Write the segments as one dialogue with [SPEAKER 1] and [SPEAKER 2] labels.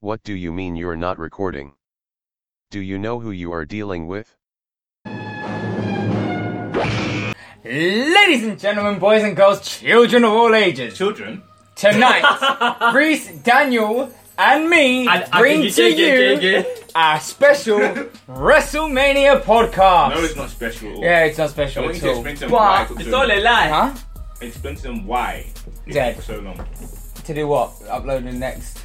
[SPEAKER 1] What do you mean you're not recording? Do you know who you are dealing with?
[SPEAKER 2] Ladies and gentlemen, boys and girls, children of all ages,
[SPEAKER 3] Children.
[SPEAKER 2] tonight, Reese, Daniel, and me bring to you our special WrestleMania podcast.
[SPEAKER 3] No, it's not special. at all.
[SPEAKER 2] Yeah, it's not special
[SPEAKER 3] I want you
[SPEAKER 2] at
[SPEAKER 3] to
[SPEAKER 2] all.
[SPEAKER 3] explain to them why.
[SPEAKER 4] What?
[SPEAKER 3] it took
[SPEAKER 4] It's
[SPEAKER 3] so
[SPEAKER 4] all a
[SPEAKER 3] long.
[SPEAKER 4] lie.
[SPEAKER 2] Huh?
[SPEAKER 3] Explain to them why it
[SPEAKER 2] Dead.
[SPEAKER 3] took so long.
[SPEAKER 2] To do what? Upload the next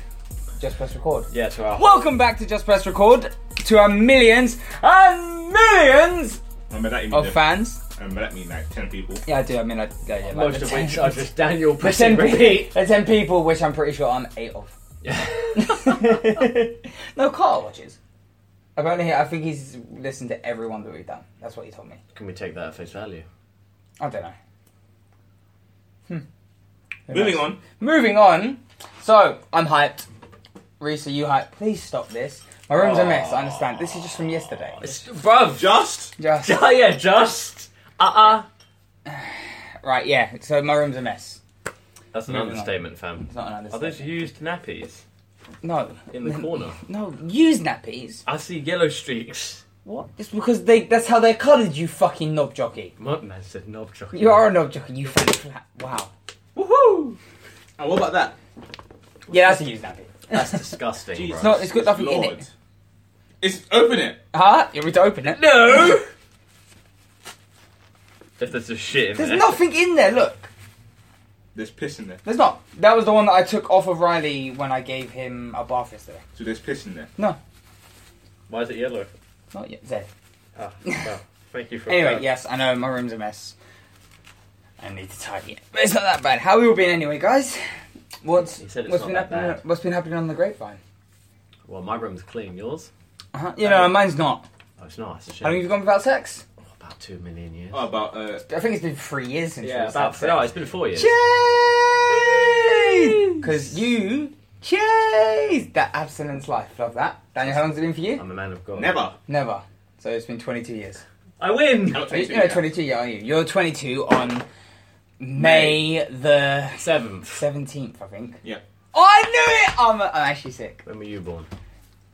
[SPEAKER 2] Just Press Record.
[SPEAKER 4] Yeah, well.
[SPEAKER 2] Welcome back to Just Press Record to our millions and millions
[SPEAKER 3] Remember that? You mean
[SPEAKER 2] of
[SPEAKER 3] the-
[SPEAKER 2] fans.
[SPEAKER 3] Remember that mean like ten people.
[SPEAKER 2] Yeah, I do. I mean, I, yeah, yeah, like
[SPEAKER 4] Most
[SPEAKER 2] the
[SPEAKER 4] of
[SPEAKER 2] 10
[SPEAKER 4] which are just Daniel
[SPEAKER 2] the 10,
[SPEAKER 4] pressing
[SPEAKER 2] pe-
[SPEAKER 4] repeat.
[SPEAKER 2] the 10 people, which I'm pretty sure I'm eight of. no, Carl watches. Apparently, I think he's listened to every one that we've done. That's what he told me.
[SPEAKER 4] Can we take that at face value?
[SPEAKER 2] I don't know. Hmm.
[SPEAKER 3] Moving on.
[SPEAKER 2] Moving on. So, I'm hyped. Reese, are you hyped? Please stop this. My room's a mess, I understand. Oh, This is just from yesterday.
[SPEAKER 4] Bruv.
[SPEAKER 3] Just
[SPEAKER 2] Just.
[SPEAKER 4] Oh yeah, just. Uh
[SPEAKER 2] Right, yeah. So, my room's a mess.
[SPEAKER 4] uh. That's an
[SPEAKER 2] Moving on.
[SPEAKER 4] understatement, fam.
[SPEAKER 2] It's not an
[SPEAKER 4] Are those
[SPEAKER 2] understatement.
[SPEAKER 4] used nappies
[SPEAKER 2] No.
[SPEAKER 4] in the corner?
[SPEAKER 2] No, use nappies.
[SPEAKER 4] I see yellow streaks.
[SPEAKER 2] What? It's because they that's how they're coloured, you fucking knob jockey.
[SPEAKER 4] What man said knob chocolate.
[SPEAKER 2] You are a knob jockey, you fucking flat. Wow.
[SPEAKER 4] Woohoo!
[SPEAKER 3] and what about that?
[SPEAKER 2] Yeah, that's a used nappy.
[SPEAKER 4] That's disgusting, bruv.
[SPEAKER 3] Jeez.
[SPEAKER 2] No, it's got nothing in
[SPEAKER 3] Lord.
[SPEAKER 2] it.
[SPEAKER 3] It's open it.
[SPEAKER 2] Huh? You want me to open it?
[SPEAKER 4] No. If there's a shit in
[SPEAKER 2] There's
[SPEAKER 4] there.
[SPEAKER 2] nothing in there, look.
[SPEAKER 3] There's piss in there.
[SPEAKER 2] There's not. That was the one that I took off of Riley when I gave him a bath yesterday.
[SPEAKER 3] So there's piss in there.
[SPEAKER 2] No,
[SPEAKER 4] Why is it yellow?
[SPEAKER 2] not yet. Zed.
[SPEAKER 4] Ah, well, thank you for.
[SPEAKER 2] Anyway,
[SPEAKER 4] that.
[SPEAKER 2] yes, I know my room's a mess. I need to tidy it. But it's not that bad. How we all been anyway, guys? What's
[SPEAKER 4] He said it's
[SPEAKER 2] what's
[SPEAKER 4] not
[SPEAKER 2] been
[SPEAKER 4] that
[SPEAKER 2] happening?
[SPEAKER 4] bad.
[SPEAKER 2] What's been happening on the grapevine?
[SPEAKER 4] Well, my room's clean. Yours?
[SPEAKER 2] Uh-huh. You know, mine's not.
[SPEAKER 4] Oh, it's not. It's a shit.
[SPEAKER 2] How long have you gone without sex?
[SPEAKER 4] About two million years.
[SPEAKER 3] Oh, about uh,
[SPEAKER 2] I think it's been three years since.
[SPEAKER 4] yeah,
[SPEAKER 2] we
[SPEAKER 4] about.
[SPEAKER 2] had
[SPEAKER 4] No,
[SPEAKER 2] sex.
[SPEAKER 4] it's been four years.
[SPEAKER 2] Chase! Because you chase that abstinence life. Love that. Daniel, how long's it been for you?
[SPEAKER 4] I'm a man of God.
[SPEAKER 3] never.
[SPEAKER 2] Never. So it's been 22 years.
[SPEAKER 4] I win.
[SPEAKER 3] I'm not
[SPEAKER 2] You
[SPEAKER 3] taking
[SPEAKER 2] know,
[SPEAKER 3] it.
[SPEAKER 2] 22, yeah, are you? You're 22 on May the
[SPEAKER 4] Seventh.
[SPEAKER 2] 17th, I think.
[SPEAKER 3] Yeah.
[SPEAKER 2] Oh, I knew it! I'm, I'm actually sick.
[SPEAKER 4] When were you born?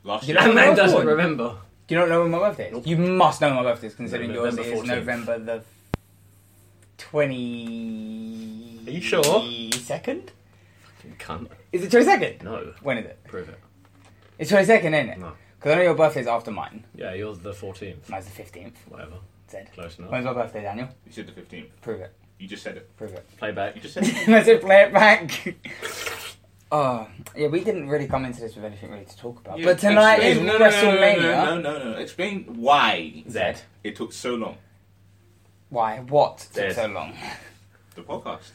[SPEAKER 3] Last
[SPEAKER 2] You
[SPEAKER 3] year.
[SPEAKER 2] know-
[SPEAKER 4] That man
[SPEAKER 2] was
[SPEAKER 4] doesn't
[SPEAKER 2] born.
[SPEAKER 4] remember.
[SPEAKER 2] Do you not know when my birthday is?
[SPEAKER 4] Nope.
[SPEAKER 2] You must know when my birthday is, considering
[SPEAKER 4] November
[SPEAKER 2] yours is
[SPEAKER 4] 14th.
[SPEAKER 2] November the 20...
[SPEAKER 4] Are you sure?
[SPEAKER 2] Second?
[SPEAKER 4] You cunt.
[SPEAKER 2] Is it 22nd?
[SPEAKER 4] No.
[SPEAKER 2] When is it?
[SPEAKER 4] Prove it.
[SPEAKER 2] It's 22nd, isn't it?
[SPEAKER 4] No.
[SPEAKER 2] Because I know your birthday's after mine.
[SPEAKER 4] Yeah, yours the 14th.
[SPEAKER 2] Mine's the 15th.
[SPEAKER 4] Whatever.
[SPEAKER 2] Zed.
[SPEAKER 4] Close enough.
[SPEAKER 2] When's my birthday, Daniel?
[SPEAKER 3] You said the 15th.
[SPEAKER 2] Prove it.
[SPEAKER 3] You just said it.
[SPEAKER 2] Prove it.
[SPEAKER 4] Playback.
[SPEAKER 3] You just said it.
[SPEAKER 2] Let's just play it back. Oh, yeah, we didn't really come into this with anything really to talk about.
[SPEAKER 3] You
[SPEAKER 2] but tonight
[SPEAKER 3] explain-
[SPEAKER 2] is
[SPEAKER 3] no, no, no, no,
[SPEAKER 2] WrestleMania.
[SPEAKER 3] No no, no, no, no. Explain why
[SPEAKER 4] Zed.
[SPEAKER 3] it took so long.
[SPEAKER 2] Why? What took
[SPEAKER 4] Dead.
[SPEAKER 2] so long?
[SPEAKER 3] The podcast.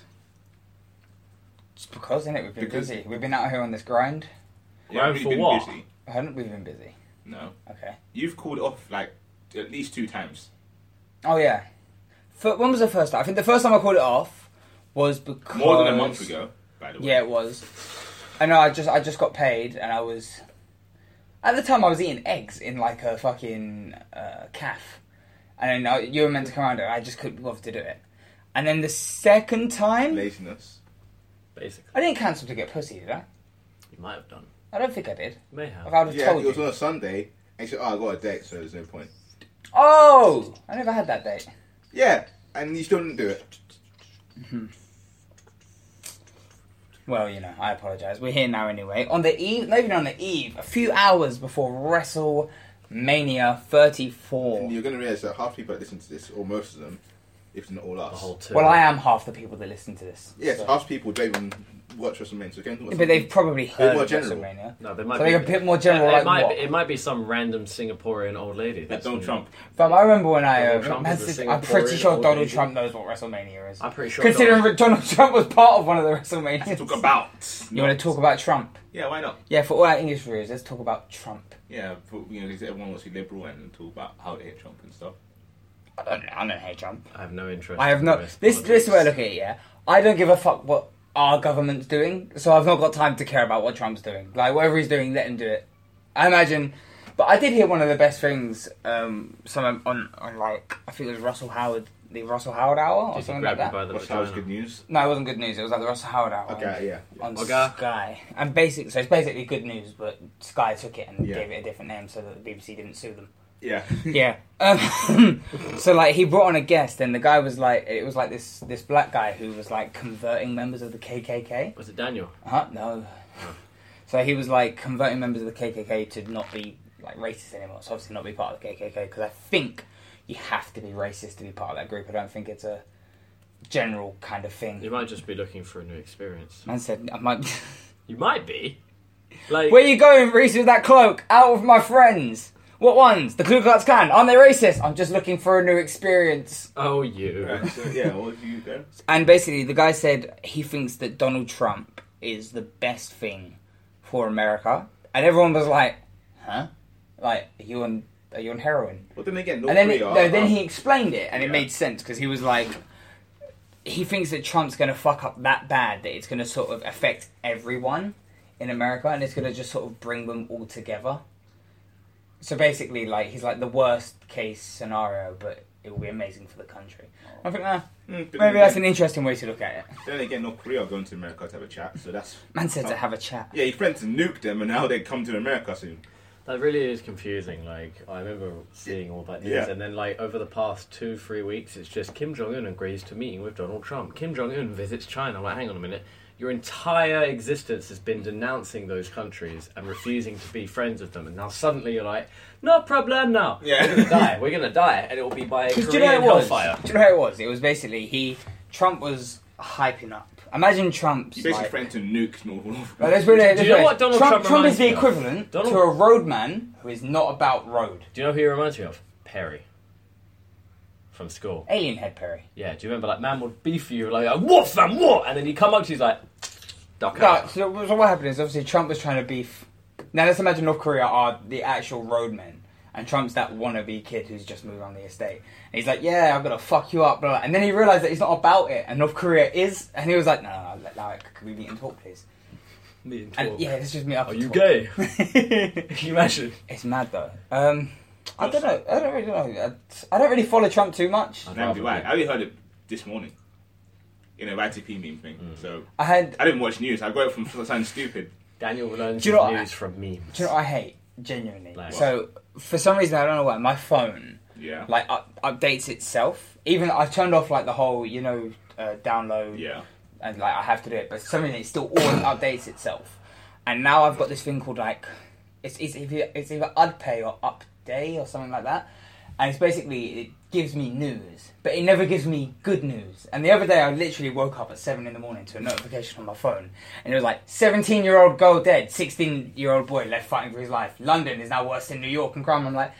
[SPEAKER 2] Just because, isn't it? We've been
[SPEAKER 3] Because-
[SPEAKER 2] busy. We've been out here on this grind.
[SPEAKER 3] You haven't
[SPEAKER 4] Round
[SPEAKER 3] really
[SPEAKER 4] for
[SPEAKER 3] been
[SPEAKER 4] what?
[SPEAKER 3] busy.
[SPEAKER 2] Haven't we been busy?
[SPEAKER 3] No.
[SPEAKER 2] Okay.
[SPEAKER 3] You've called off like at least two times.
[SPEAKER 2] Oh, yeah. For, when was the first time? I think the first time I called it off was because.
[SPEAKER 3] More than a month ago, by the way.
[SPEAKER 2] Yeah, it was. I know. I just I just got paid, and I was at the time I was eating eggs in like a fucking uh, calf, and then I, you were meant to come around, and I just couldn't bother to do it. And then the second time,
[SPEAKER 3] Laziness.
[SPEAKER 4] Basically.
[SPEAKER 2] I didn't cancel to get pussy, did I?
[SPEAKER 4] You might have done.
[SPEAKER 2] I don't think I did.
[SPEAKER 4] May have.
[SPEAKER 2] Like, I would have
[SPEAKER 5] Yeah,
[SPEAKER 2] told
[SPEAKER 5] it was
[SPEAKER 2] you.
[SPEAKER 5] on a Sunday. And she said, "Oh, I got a date, so there's no point."
[SPEAKER 2] Oh, I never had that date.
[SPEAKER 5] Yeah, and you still didn't do it.
[SPEAKER 2] Well, you know, I apologise. We're here now anyway. On the eve, not even on the eve, a few hours before WrestleMania 34.
[SPEAKER 5] And you're going to realize that half the people that listen to this, or most of them, if not all us,
[SPEAKER 4] The whole two.
[SPEAKER 2] Well, I am half the people that listen to this.
[SPEAKER 5] yes,
[SPEAKER 2] so-
[SPEAKER 5] half the people don't even watch WrestleMania. So can
[SPEAKER 2] But they've probably
[SPEAKER 5] bit
[SPEAKER 2] heard
[SPEAKER 5] more
[SPEAKER 2] of
[SPEAKER 5] general.
[SPEAKER 2] WrestleMania.
[SPEAKER 4] No, they might
[SPEAKER 2] So
[SPEAKER 4] be
[SPEAKER 2] like a bit more general,
[SPEAKER 4] It
[SPEAKER 2] like
[SPEAKER 4] might
[SPEAKER 2] what?
[SPEAKER 4] Be, it might be some random Singaporean old lady.
[SPEAKER 3] That
[SPEAKER 4] that's
[SPEAKER 3] Donald
[SPEAKER 5] Mm.
[SPEAKER 4] been-
[SPEAKER 3] Trump.
[SPEAKER 2] But I remember when I,
[SPEAKER 4] Donald
[SPEAKER 2] uh,
[SPEAKER 4] Trump
[SPEAKER 2] man
[SPEAKER 4] is a
[SPEAKER 2] said- I'm
[SPEAKER 4] Singaporean
[SPEAKER 2] pretty sure
[SPEAKER 4] old
[SPEAKER 2] Donald
[SPEAKER 4] lady.
[SPEAKER 2] Trump knows what WrestleMania is.
[SPEAKER 4] I'm pretty sure.
[SPEAKER 2] Considering
[SPEAKER 4] Donald-
[SPEAKER 2] Donald Trump was part of one of the WrestleManias.
[SPEAKER 3] Talk about.
[SPEAKER 2] you want to talk about Trump?
[SPEAKER 3] Yeah, why not?
[SPEAKER 2] Yeah, for all our English viewers, let's talk about Trump.
[SPEAKER 3] Yeah, but you know, 'cause everyone wants to be liberal and talk about how they hate Trump and stuff.
[SPEAKER 2] I don't, I don't hate Trump.
[SPEAKER 4] I have no interest.
[SPEAKER 2] I have
[SPEAKER 4] in
[SPEAKER 2] no.
[SPEAKER 4] most
[SPEAKER 2] This this is where I look
[SPEAKER 4] politics.
[SPEAKER 2] at it. Yeah, I don't give a fuck what our government's doing, so I've not got time to care about what Trump's doing. Like whatever he's doing, let him do it. I imagine. But I did hear one of the best things. Um, some on on like I think it was Russell Howard the Russell Howard Hour or
[SPEAKER 4] Did you
[SPEAKER 2] something
[SPEAKER 4] grab
[SPEAKER 2] like
[SPEAKER 4] me
[SPEAKER 2] that.
[SPEAKER 4] by the
[SPEAKER 5] Well, that was good
[SPEAKER 4] vagina?
[SPEAKER 5] news.
[SPEAKER 2] No, it wasn't good news. It was like the Russell Howard Hour
[SPEAKER 5] Okay, yeah. yeah.
[SPEAKER 2] on, on
[SPEAKER 4] Okay.
[SPEAKER 2] Sky, and basically, so it's basically good news, but Sky took it and
[SPEAKER 5] Yeah.
[SPEAKER 2] gave it a different name so that the BBC didn't sue them.
[SPEAKER 5] Yeah.
[SPEAKER 2] Yeah. Um, so like he brought on a guest, and the guy was like, it was like this this black guy who was like converting members of the KKK.
[SPEAKER 4] Was it Daniel?
[SPEAKER 2] Huh? No. So he was like converting members of the KKK to not be like racist anymore. So obviously not be part of the KKK because I think you have to be racist to be part of that group. I don't think it's a general kind of
[SPEAKER 4] You
[SPEAKER 2] thing.
[SPEAKER 4] might just be looking for a new experience.
[SPEAKER 2] Man said, I might.
[SPEAKER 4] You might be. Like,
[SPEAKER 2] Where you going, Reese, with that cloak? Out with my friends. What ones? The Ku Klux Klan. Aren't they racist? I'm just looking for a new experience.
[SPEAKER 4] oh, you.
[SPEAKER 5] Right, so, yeah, what do you go?
[SPEAKER 2] And basically, the guy said he thinks that Donald Trump is the best thing for America, and everyone was like, "Huh? Like, are you on? Are you on heroin?"
[SPEAKER 5] Well, then again, North
[SPEAKER 2] And then, it,
[SPEAKER 5] Korea.
[SPEAKER 2] no, then
[SPEAKER 5] are-
[SPEAKER 2] he explained it, and it
[SPEAKER 5] Yeah.
[SPEAKER 2] made sense because he was like, he thinks that Trump's going to fuck up that bad that it's going to sort of affect everyone in America, and it's going to just sort of bring them all together. So basically, like he's like the worst case scenario, but it will be amazing for the country. I think nah,
[SPEAKER 5] Mm, but
[SPEAKER 2] maybe
[SPEAKER 5] then,
[SPEAKER 2] that's an interesting way to look at it.
[SPEAKER 5] Then again, North Korea are going to America to have a chat, so that's.
[SPEAKER 2] Man said to have a chat.
[SPEAKER 5] Yeah, your friends nuked them, and now they come to America soon.
[SPEAKER 4] That really is confusing. Like I remember seeing all that news,
[SPEAKER 5] Yeah.
[SPEAKER 4] and then like over the past two, three weeks, it's just Kim Jong Un agrees to meeting with Donald Trump. Kim Jong Un visits China. I'm like, hang on a minute. Your entire existence has been denouncing those countries and refusing to be friends with them, and now suddenly you're like, no problem now.
[SPEAKER 5] Yeah.
[SPEAKER 4] we're gonna die. We're gonna die, and it will be by
[SPEAKER 2] Do
[SPEAKER 4] Korean
[SPEAKER 2] you know what it was?
[SPEAKER 4] hellfire.
[SPEAKER 2] Do you know what it was? It was basically he. Trump was hyping up. Imagine Trump's.
[SPEAKER 5] You basically
[SPEAKER 2] like-
[SPEAKER 5] threatened to nuke North, North
[SPEAKER 2] Well,
[SPEAKER 5] Korea.
[SPEAKER 2] let's put it-
[SPEAKER 4] Do
[SPEAKER 2] let's
[SPEAKER 4] you know
[SPEAKER 2] put it-
[SPEAKER 4] what Donald Trump
[SPEAKER 2] is
[SPEAKER 4] reminds
[SPEAKER 2] the
[SPEAKER 4] me of?
[SPEAKER 2] equivalent
[SPEAKER 4] Donald-
[SPEAKER 2] to a roadman who is not about road.
[SPEAKER 4] Do you know who he reminds me of? Perry. From school.
[SPEAKER 2] Alien head Perry.
[SPEAKER 4] Yeah. Do you remember like man would beef you like what fam what, and then you come up to you, he's like, duck
[SPEAKER 2] No,
[SPEAKER 4] out.
[SPEAKER 2] so, so what happened is obviously Trump was trying to beef. Now let's imagine North Korea are the actual roadmen, and Trump's that wannabe kid who's just moved on the estate. And he's like, "Yeah, I'm gonna fuck you up," blah, blah. and then he realized that he's not about it, and North Korea is, and he was like, "No, no, no like, like, could we meet and talk, please?"
[SPEAKER 4] Me and
[SPEAKER 2] And
[SPEAKER 4] Torb.
[SPEAKER 2] yeah, let's just meet up.
[SPEAKER 4] Are
[SPEAKER 2] and
[SPEAKER 4] you
[SPEAKER 2] talk.
[SPEAKER 4] gay? Can you imagine?
[SPEAKER 2] It's mad though. Um, I don't know. I don't really know. I, I don't really follow Trump too much.
[SPEAKER 4] I-
[SPEAKER 5] Now, why? I only heard it this morning in a YTP meme thing.
[SPEAKER 4] Mm.
[SPEAKER 5] So
[SPEAKER 2] I had.
[SPEAKER 5] I didn't watch news. I got it from something stupid.
[SPEAKER 4] Daniel learns
[SPEAKER 2] Do you know
[SPEAKER 4] his
[SPEAKER 2] what
[SPEAKER 4] news from memes.
[SPEAKER 2] Do you know what I hate? Genuinely.
[SPEAKER 4] Like-
[SPEAKER 2] so for some reason I don't know why my phone
[SPEAKER 5] Yeah.
[SPEAKER 2] like up, updates itself. Even I've turned off like the whole you know uh, download
[SPEAKER 5] yeah.
[SPEAKER 2] and like I have to do it, but for some reason it still always updates itself. And now I've got this thing called like it's it's either, it's either UdPay or UpDay or something like that, and it's basically it gives me news, but it never gives me good news. And the other day I literally woke up at seven in the morning to a notification on my phone, and it was like seventeen year old girl dead, sixteen year old boy left fighting for his life. London is now worse than New York and crime. I'm like,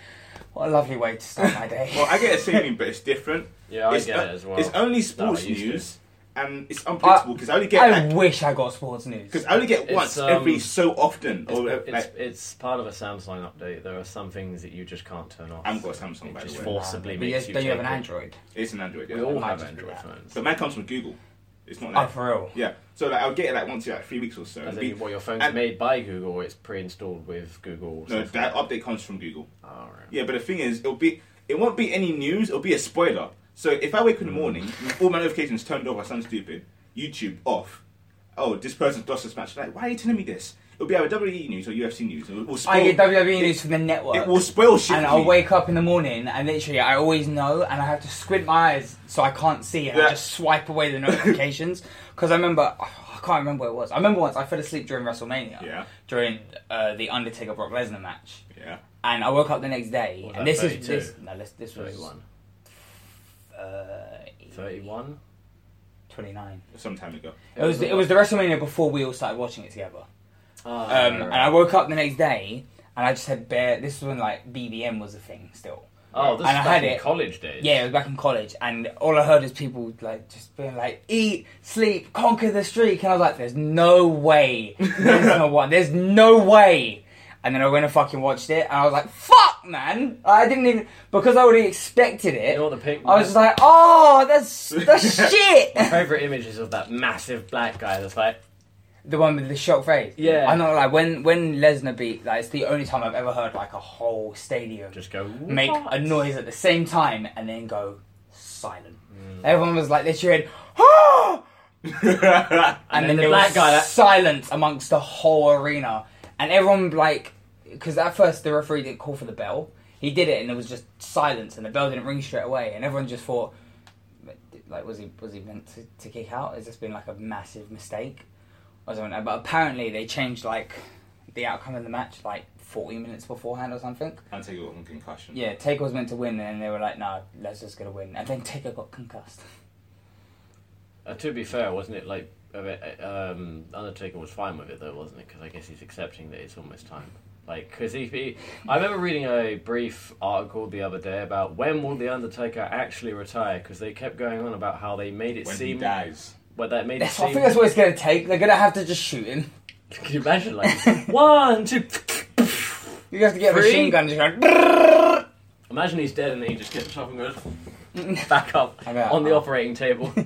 [SPEAKER 2] what a lovely way to start my day.
[SPEAKER 5] Well, I get the same meme, but it's different.
[SPEAKER 4] Yeah, I
[SPEAKER 5] it's
[SPEAKER 4] get it as well.
[SPEAKER 5] It's only sports
[SPEAKER 4] No, I used to.
[SPEAKER 5] news, and it's unpredictable because I, only get
[SPEAKER 2] I
[SPEAKER 5] like,
[SPEAKER 2] wish I got sports news.
[SPEAKER 5] cause I only get
[SPEAKER 4] It's,
[SPEAKER 5] once
[SPEAKER 4] um,
[SPEAKER 5] every so often.
[SPEAKER 4] It's,
[SPEAKER 5] Or uh,
[SPEAKER 4] it's,
[SPEAKER 5] like,
[SPEAKER 4] it's part of a Samsung update. There are some things that you just can't turn off.
[SPEAKER 5] I haven't got a Samsung, by
[SPEAKER 4] It
[SPEAKER 5] the
[SPEAKER 4] just
[SPEAKER 5] way.
[SPEAKER 4] forcibly
[SPEAKER 2] But
[SPEAKER 4] makes
[SPEAKER 2] yes,
[SPEAKER 4] you
[SPEAKER 2] don't you have an
[SPEAKER 4] take it.
[SPEAKER 2] Android?
[SPEAKER 5] it's an Android. Yeah.
[SPEAKER 4] We all
[SPEAKER 2] might
[SPEAKER 4] have
[SPEAKER 2] just do
[SPEAKER 4] Android
[SPEAKER 2] that.
[SPEAKER 4] phones.
[SPEAKER 5] But mine comes from Google. It's not
[SPEAKER 2] Oh,
[SPEAKER 5] like
[SPEAKER 2] for real.
[SPEAKER 5] yeah. So like I'll get it like once every like three weeks or so.
[SPEAKER 4] As
[SPEAKER 5] Be-
[SPEAKER 4] in, what your phone's
[SPEAKER 5] and-
[SPEAKER 4] made by Google, or it's pre-installed with Google.
[SPEAKER 5] no,
[SPEAKER 4] software.
[SPEAKER 5] that update comes from Google.
[SPEAKER 4] All right.
[SPEAKER 5] Yeah, but the thing is, it'll be it won't be any news. It'll be a spoiler. So if I wake in the
[SPEAKER 4] Mm.
[SPEAKER 5] morning, and all my notifications turned off. I sound stupid. YouTube off. Oh, this person's lost this match. Like, why are you telling me this? It'll be either WWE news or UFC news. It will spoil.
[SPEAKER 2] I get WWE
[SPEAKER 5] Oh,
[SPEAKER 2] E
[SPEAKER 5] it-
[SPEAKER 2] news from the network.
[SPEAKER 5] It will spoil shit.
[SPEAKER 2] and
[SPEAKER 5] for
[SPEAKER 2] I'll
[SPEAKER 5] me.
[SPEAKER 2] wake up in the morning and literally I always know and I have to squint my eyes so I can't see and I
[SPEAKER 5] Yeah.
[SPEAKER 2] just swipe away the notifications because I remember oh, I can't remember what it was. I remember once I fell asleep during WrestleMania
[SPEAKER 5] Yeah.
[SPEAKER 2] during uh, the Undertaker Brock Lesnar match
[SPEAKER 5] Yeah.
[SPEAKER 2] and I woke up the next day
[SPEAKER 4] What was
[SPEAKER 2] and
[SPEAKER 4] that,
[SPEAKER 2] this is
[SPEAKER 4] 32?
[SPEAKER 2] this no this this was
[SPEAKER 4] 31.
[SPEAKER 2] uh,
[SPEAKER 4] 31?
[SPEAKER 2] 29.
[SPEAKER 5] Some time ago.
[SPEAKER 2] It was it was the WrestleMania before we all started watching it together.
[SPEAKER 4] Ah,
[SPEAKER 2] Um,
[SPEAKER 4] right.
[SPEAKER 2] and I woke up the next day and I just had bare. This was when like BBM was a thing still.
[SPEAKER 4] oh, this
[SPEAKER 2] and I had
[SPEAKER 4] is back in
[SPEAKER 2] it.
[SPEAKER 4] college days.
[SPEAKER 2] Yeah, it was back in college, and all I heard is people like just being like, "Eat, sleep, conquer the streak," and I was like, "There's no way, there's no one, there's no way." And then I went and fucking watched it, and I was like, "Fuck, man!" I didn't even because I already expected it.
[SPEAKER 4] You know what the pink?
[SPEAKER 2] I was just like, "Oh, that's that's
[SPEAKER 4] my
[SPEAKER 2] shit."
[SPEAKER 4] favorite images of that massive black guy that's like,
[SPEAKER 2] the one with the shocked face.
[SPEAKER 4] Yeah.
[SPEAKER 2] I know. Like when when Lesnar beat, like it's the only time I've ever heard like a whole stadium
[SPEAKER 4] just go
[SPEAKER 2] make
[SPEAKER 4] "What?"
[SPEAKER 2] a noise at the same time and then go silent.
[SPEAKER 4] Mm.
[SPEAKER 2] Everyone was like, they cheered, ah!
[SPEAKER 4] And
[SPEAKER 2] and,
[SPEAKER 4] then
[SPEAKER 2] then,
[SPEAKER 4] the
[SPEAKER 2] there
[SPEAKER 4] black
[SPEAKER 2] was
[SPEAKER 4] guy that-
[SPEAKER 2] silence amongst the whole arena, and everyone like because at first the referee didn't call for the bell. He did it, and there was just silence, and the bell didn't ring straight away, and everyone just thought, like, was he was he meant to, to kick out? Has this been like a massive mistake? I don't know, but apparently they changed like the outcome of the match like 40 minutes beforehand or something.
[SPEAKER 3] And take it on concussion.
[SPEAKER 2] Yeah, Taker was meant to win, and they were like, "No, Lesnar's gonna win," and then Taker got concussed.
[SPEAKER 4] Uh, to be fair, wasn't it like a bit, um, Undertaker was fine with it though, wasn't it? Because I guess he's accepting that it's almost time. Like, because he, he, I remember reading a brief article the other day about when will the Undertaker actually retire? Because they kept going on about how they made it
[SPEAKER 3] When he
[SPEAKER 4] seem,
[SPEAKER 3] dies.
[SPEAKER 4] well, that made it
[SPEAKER 2] That's, I
[SPEAKER 4] seem.
[SPEAKER 2] think that's what it's gonna take. They're gonna have to just shoot him.
[SPEAKER 4] Can you imagine, like one, two?
[SPEAKER 2] You have to get a
[SPEAKER 4] Three.
[SPEAKER 2] machine gun. Just going, "Brrrr."
[SPEAKER 4] Imagine he's dead and then he just gets up and goes back up
[SPEAKER 2] I bet.
[SPEAKER 4] on the operating table.
[SPEAKER 2] but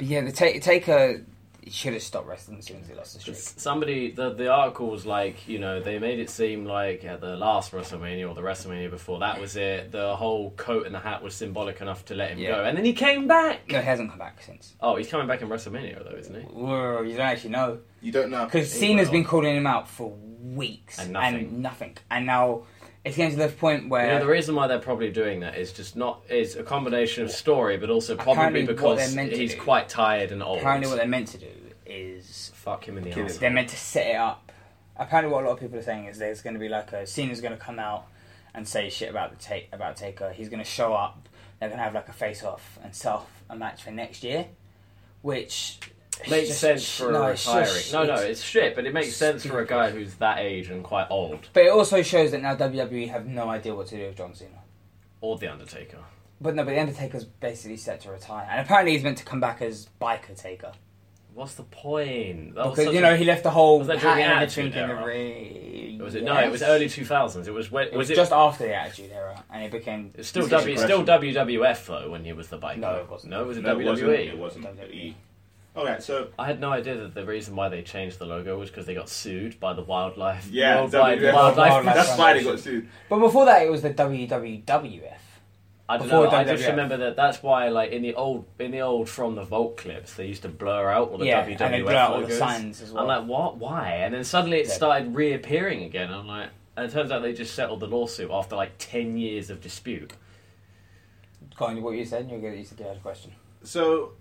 [SPEAKER 2] yeah, the ta- Taker should have stopped wrestling as soon as he lost the streak.
[SPEAKER 4] Somebody, the, the article was like, you know, they made it seem like at the last WrestleMania or the WrestleMania before that was it, the whole coat and the hat was symbolic enough to let him
[SPEAKER 2] Yeah.
[SPEAKER 4] go. And then he came back!
[SPEAKER 2] No, he hasn't come back since.
[SPEAKER 4] Oh, he's coming back in WrestleMania though, isn't he?
[SPEAKER 2] Whoa, you don't actually know
[SPEAKER 5] You don't know.
[SPEAKER 2] because
[SPEAKER 4] He
[SPEAKER 2] Cena's
[SPEAKER 4] will.
[SPEAKER 2] been calling him out for weeks
[SPEAKER 4] And nothing.
[SPEAKER 2] and, nothing. and now it's getting to the point where
[SPEAKER 4] You know, the reason why they're probably doing that is just not, is a combination of story, but also
[SPEAKER 2] Apparently
[SPEAKER 4] probably
[SPEAKER 2] what
[SPEAKER 4] because
[SPEAKER 2] they're meant to
[SPEAKER 4] he's
[SPEAKER 2] do-
[SPEAKER 4] quite tired and old.
[SPEAKER 2] apparently what they're meant to do is
[SPEAKER 4] Fuck him in the
[SPEAKER 5] Kill
[SPEAKER 4] ass.
[SPEAKER 2] They're meant to set it up. Apparently, what a lot of people are saying is there's going to be like a Cena's going to come out and say shit about the take about Taker. He's going to show up. They're going to have like a face off and self a match for next year, which is
[SPEAKER 4] Makes
[SPEAKER 2] just-
[SPEAKER 4] sense for
[SPEAKER 2] no, it's
[SPEAKER 4] retiring.
[SPEAKER 2] just-
[SPEAKER 4] no, no,
[SPEAKER 2] it's-
[SPEAKER 4] it's shit, but it makes sense for a guy who's that age and quite old,
[SPEAKER 2] but it also shows that now WWE have no idea what to do with John Cena.
[SPEAKER 4] or The Undertaker.
[SPEAKER 2] But no, but the Undertaker's basically set to retire, and apparently he's meant to come back as biker Taker
[SPEAKER 4] What's the point? That was
[SPEAKER 2] because
[SPEAKER 4] Oh, such
[SPEAKER 2] you
[SPEAKER 4] a-
[SPEAKER 2] know he left the whole
[SPEAKER 4] Was that
[SPEAKER 2] hat
[SPEAKER 4] during the
[SPEAKER 2] and
[SPEAKER 4] Attitude
[SPEAKER 2] everything in the
[SPEAKER 4] Era?
[SPEAKER 2] ring.
[SPEAKER 4] Was it? No, it was
[SPEAKER 2] Yes.
[SPEAKER 4] early two thousands. It was when
[SPEAKER 2] It was,
[SPEAKER 4] was it?
[SPEAKER 2] just after the Attitude Era, and it became
[SPEAKER 4] it's still
[SPEAKER 2] it's
[SPEAKER 4] W,
[SPEAKER 5] just-
[SPEAKER 4] still WWF though when he was the biker.
[SPEAKER 2] No, it wasn't.
[SPEAKER 4] No, it was a
[SPEAKER 5] No, it wasn't.
[SPEAKER 4] WWE.
[SPEAKER 5] It wasn't.
[SPEAKER 2] WWE.
[SPEAKER 5] Alright, so
[SPEAKER 4] I had no idea that the reason why they changed the logo was because they got sued by the wildlife.
[SPEAKER 5] Yeah,
[SPEAKER 4] Worldwide
[SPEAKER 5] WWF.
[SPEAKER 4] wildlife.
[SPEAKER 2] Wildlife.
[SPEAKER 5] that's why they got sued.
[SPEAKER 2] But before that, it was the WWWF.
[SPEAKER 4] I don't
[SPEAKER 2] Before
[SPEAKER 4] know. I just
[SPEAKER 2] WWF.
[SPEAKER 4] remember that. That's why, like in the old in the old from the vault clips, they used to blur out all the
[SPEAKER 2] Yeah,
[SPEAKER 4] WWF
[SPEAKER 2] and they blur out all the
[SPEAKER 4] logos.
[SPEAKER 2] signs as well.
[SPEAKER 4] I'm like, what? Why? And then suddenly it
[SPEAKER 2] Yeah.
[SPEAKER 4] started reappearing again. I'm like, and it turns out they just settled the lawsuit after like ten years of dispute.
[SPEAKER 2] Going what you said, you're going to use the other question.
[SPEAKER 5] So,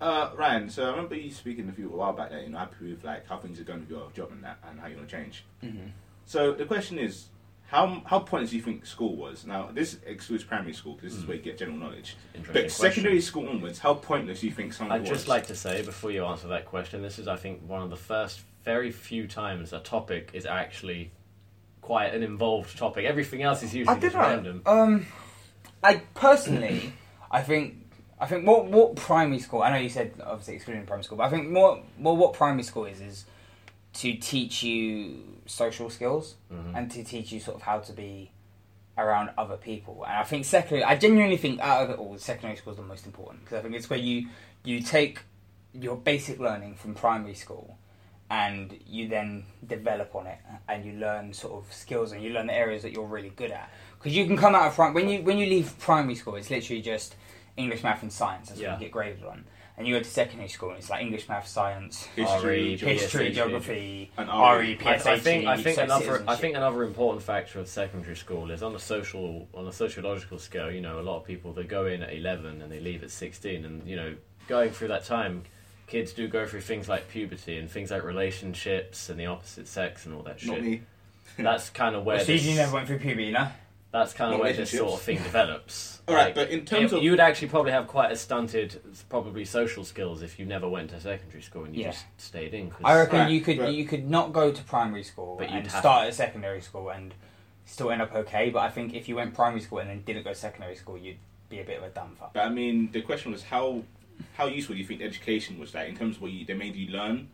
[SPEAKER 5] uh, Ryan, so I remember you speaking a few a while back that you know, happy with like how things are going with your job and that, and how you want to change.
[SPEAKER 4] Mm-hmm.
[SPEAKER 2] Mhm.
[SPEAKER 5] So the question is, how how points do you think school was? Now this excludes primary school 'cause this is where you get general knowledge.
[SPEAKER 4] Mm.
[SPEAKER 5] But
[SPEAKER 4] Interesting question.
[SPEAKER 5] secondary school onwards, how pointless do you think someone
[SPEAKER 4] I'd
[SPEAKER 5] was?
[SPEAKER 4] just like to say before you answer that question, this is, I think, one of the first very few times a topic is actually quite an involved topic. Everything else is usually just random.
[SPEAKER 2] Um, I personally, I think, I think what what primary school. I know you said obviously excluding primary school, but I think more more what primary school is is to teach you social skills and to teach you sort of how to be around other people. And I think secondary, I genuinely think out of it all, secondary school is the most important because I think it's where you you take your basic learning from primary school and you then develop on it and you learn sort of skills and you learn the areas that you're really good at because you can come out of prim- when you when you leave primary school it's literally just english math and science that's
[SPEAKER 4] Yeah.
[SPEAKER 2] what you get graded on and you go to secondary school and it's like english math science
[SPEAKER 5] history,
[SPEAKER 4] RE,
[SPEAKER 5] geography,
[SPEAKER 2] history
[SPEAKER 4] PSHE.
[SPEAKER 2] geography
[SPEAKER 5] And E
[SPEAKER 2] RE,
[SPEAKER 5] RE.
[SPEAKER 4] I,
[SPEAKER 2] PSHE,
[SPEAKER 4] I think I think
[SPEAKER 2] sex,
[SPEAKER 4] another I
[SPEAKER 2] citizenship.
[SPEAKER 4] think another important factor of secondary school is on a social on a sociological scale. You know, a lot of people they go in at eleven and they leave at sixteen, and you know, going through that time, kids do go through things like puberty and things like relationships and the opposite sex and all that
[SPEAKER 5] not
[SPEAKER 4] shit.
[SPEAKER 5] me.
[SPEAKER 4] That's kind of where
[SPEAKER 2] so you
[SPEAKER 4] this-
[SPEAKER 2] never went through puberty no
[SPEAKER 4] that's kind of
[SPEAKER 5] Not
[SPEAKER 4] where this
[SPEAKER 5] relationships.
[SPEAKER 4] sort of thing develops.
[SPEAKER 5] All right, but in terms
[SPEAKER 4] it-
[SPEAKER 5] of-
[SPEAKER 4] you would actually probably have quite a stunted, probably social skills if you never went to secondary school and you
[SPEAKER 2] Yeah.
[SPEAKER 4] just stayed in. 'cause-
[SPEAKER 2] I reckon
[SPEAKER 5] Right,
[SPEAKER 2] you could
[SPEAKER 5] right.
[SPEAKER 2] you could not go to primary school
[SPEAKER 4] But you'd
[SPEAKER 2] and
[SPEAKER 4] have
[SPEAKER 2] start
[SPEAKER 4] to.
[SPEAKER 2] at secondary school and still end up okay. But I think if you went primary school and then didn't go secondary school, you'd be a bit of a dumb fuck.
[SPEAKER 5] But I mean, the question was how how useful do you think education was? Like in terms of what you, they made you learn.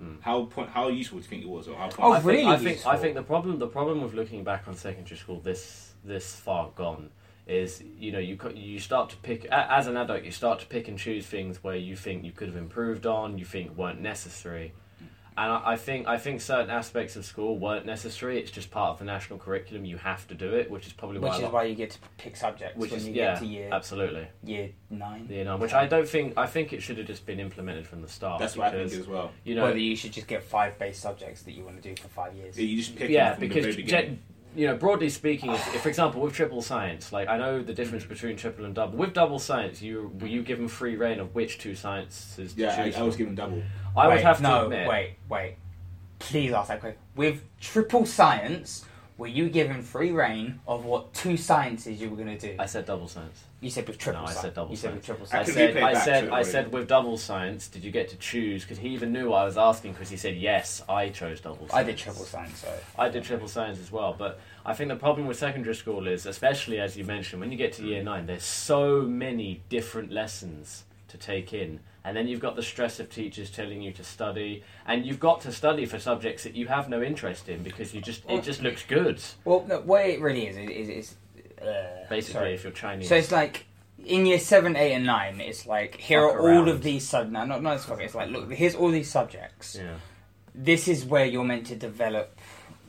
[SPEAKER 4] Hmm.
[SPEAKER 5] How point? How useful do you think it was, or how?
[SPEAKER 2] Oh,
[SPEAKER 4] I
[SPEAKER 5] pointless?
[SPEAKER 4] think, I
[SPEAKER 2] really
[SPEAKER 4] think
[SPEAKER 2] useful.
[SPEAKER 4] I think the problem the problem with looking back on secondary school this this far gone is you know you co- you start to pick a- as an adult you start to pick and choose things where you think you could have improved on you think weren't necessary And I, I think I think certain aspects of school weren't necessary. It's just part of the national curriculum. You have to do it, which is probably why.
[SPEAKER 2] Which
[SPEAKER 4] a
[SPEAKER 2] is
[SPEAKER 4] lot-
[SPEAKER 2] why you get to pick subjects
[SPEAKER 4] which
[SPEAKER 2] when
[SPEAKER 4] is
[SPEAKER 2] you
[SPEAKER 4] yeah,
[SPEAKER 2] get to year
[SPEAKER 4] absolutely.
[SPEAKER 2] year nine.
[SPEAKER 4] You know, which I don't think. I think it should have just been implemented from the start.
[SPEAKER 5] That's what I think
[SPEAKER 4] because,
[SPEAKER 5] as well.
[SPEAKER 4] You know,
[SPEAKER 2] Whether you should just get five base subjects that you want to do for five years.
[SPEAKER 5] You just pick
[SPEAKER 4] yeah,
[SPEAKER 5] them from
[SPEAKER 4] because
[SPEAKER 5] the very beginning.
[SPEAKER 4] gen- you know, broadly speaking, if, if, for example, with triple science, like I know the difference between triple and double. With double science, you were you given free reign of which two sciences to
[SPEAKER 5] yeah,
[SPEAKER 4] choose.
[SPEAKER 5] I, I was given double.
[SPEAKER 4] I would
[SPEAKER 2] Wait,
[SPEAKER 4] have to
[SPEAKER 2] no,
[SPEAKER 4] admit,
[SPEAKER 2] wait, wait. Please ask that quick. With triple science, were you given free reign of what two sciences you were going to do?
[SPEAKER 4] I said double science.
[SPEAKER 2] you said with triple
[SPEAKER 4] No, I
[SPEAKER 2] science.
[SPEAKER 4] said double
[SPEAKER 2] You said with
[SPEAKER 4] science.
[SPEAKER 2] triple
[SPEAKER 4] I
[SPEAKER 5] Can
[SPEAKER 2] science.
[SPEAKER 5] we
[SPEAKER 4] said,
[SPEAKER 5] play
[SPEAKER 4] I
[SPEAKER 5] back
[SPEAKER 4] said,
[SPEAKER 5] to
[SPEAKER 4] I
[SPEAKER 5] it?
[SPEAKER 4] said, with double science, did you get to choose? Because he even knew I was asking, because he said yes, I chose double. science.
[SPEAKER 2] I did triple science, so.
[SPEAKER 4] I did triple science as well, but I think the problem with secondary school is, especially as you mentioned, when you get to
[SPEAKER 2] Mm.
[SPEAKER 4] year nine, there's so many different lessons to take in, and then you've got the stress of teachers telling you to study, and you've got to study for subjects that you have no interest in because you just it just looks good.
[SPEAKER 2] Well, no, what it really is is, is, is uh,
[SPEAKER 4] Basically,
[SPEAKER 2] sorry.
[SPEAKER 4] if you're Chinese,
[SPEAKER 2] So it's like in year seven, eight, and nine, it's like here
[SPEAKER 4] Fuck
[SPEAKER 2] are
[SPEAKER 4] around.
[SPEAKER 2] all of these sub. No, not not fuck. It's like look, here's all these subjects.
[SPEAKER 4] yeah,
[SPEAKER 2] This is where you're meant to develop,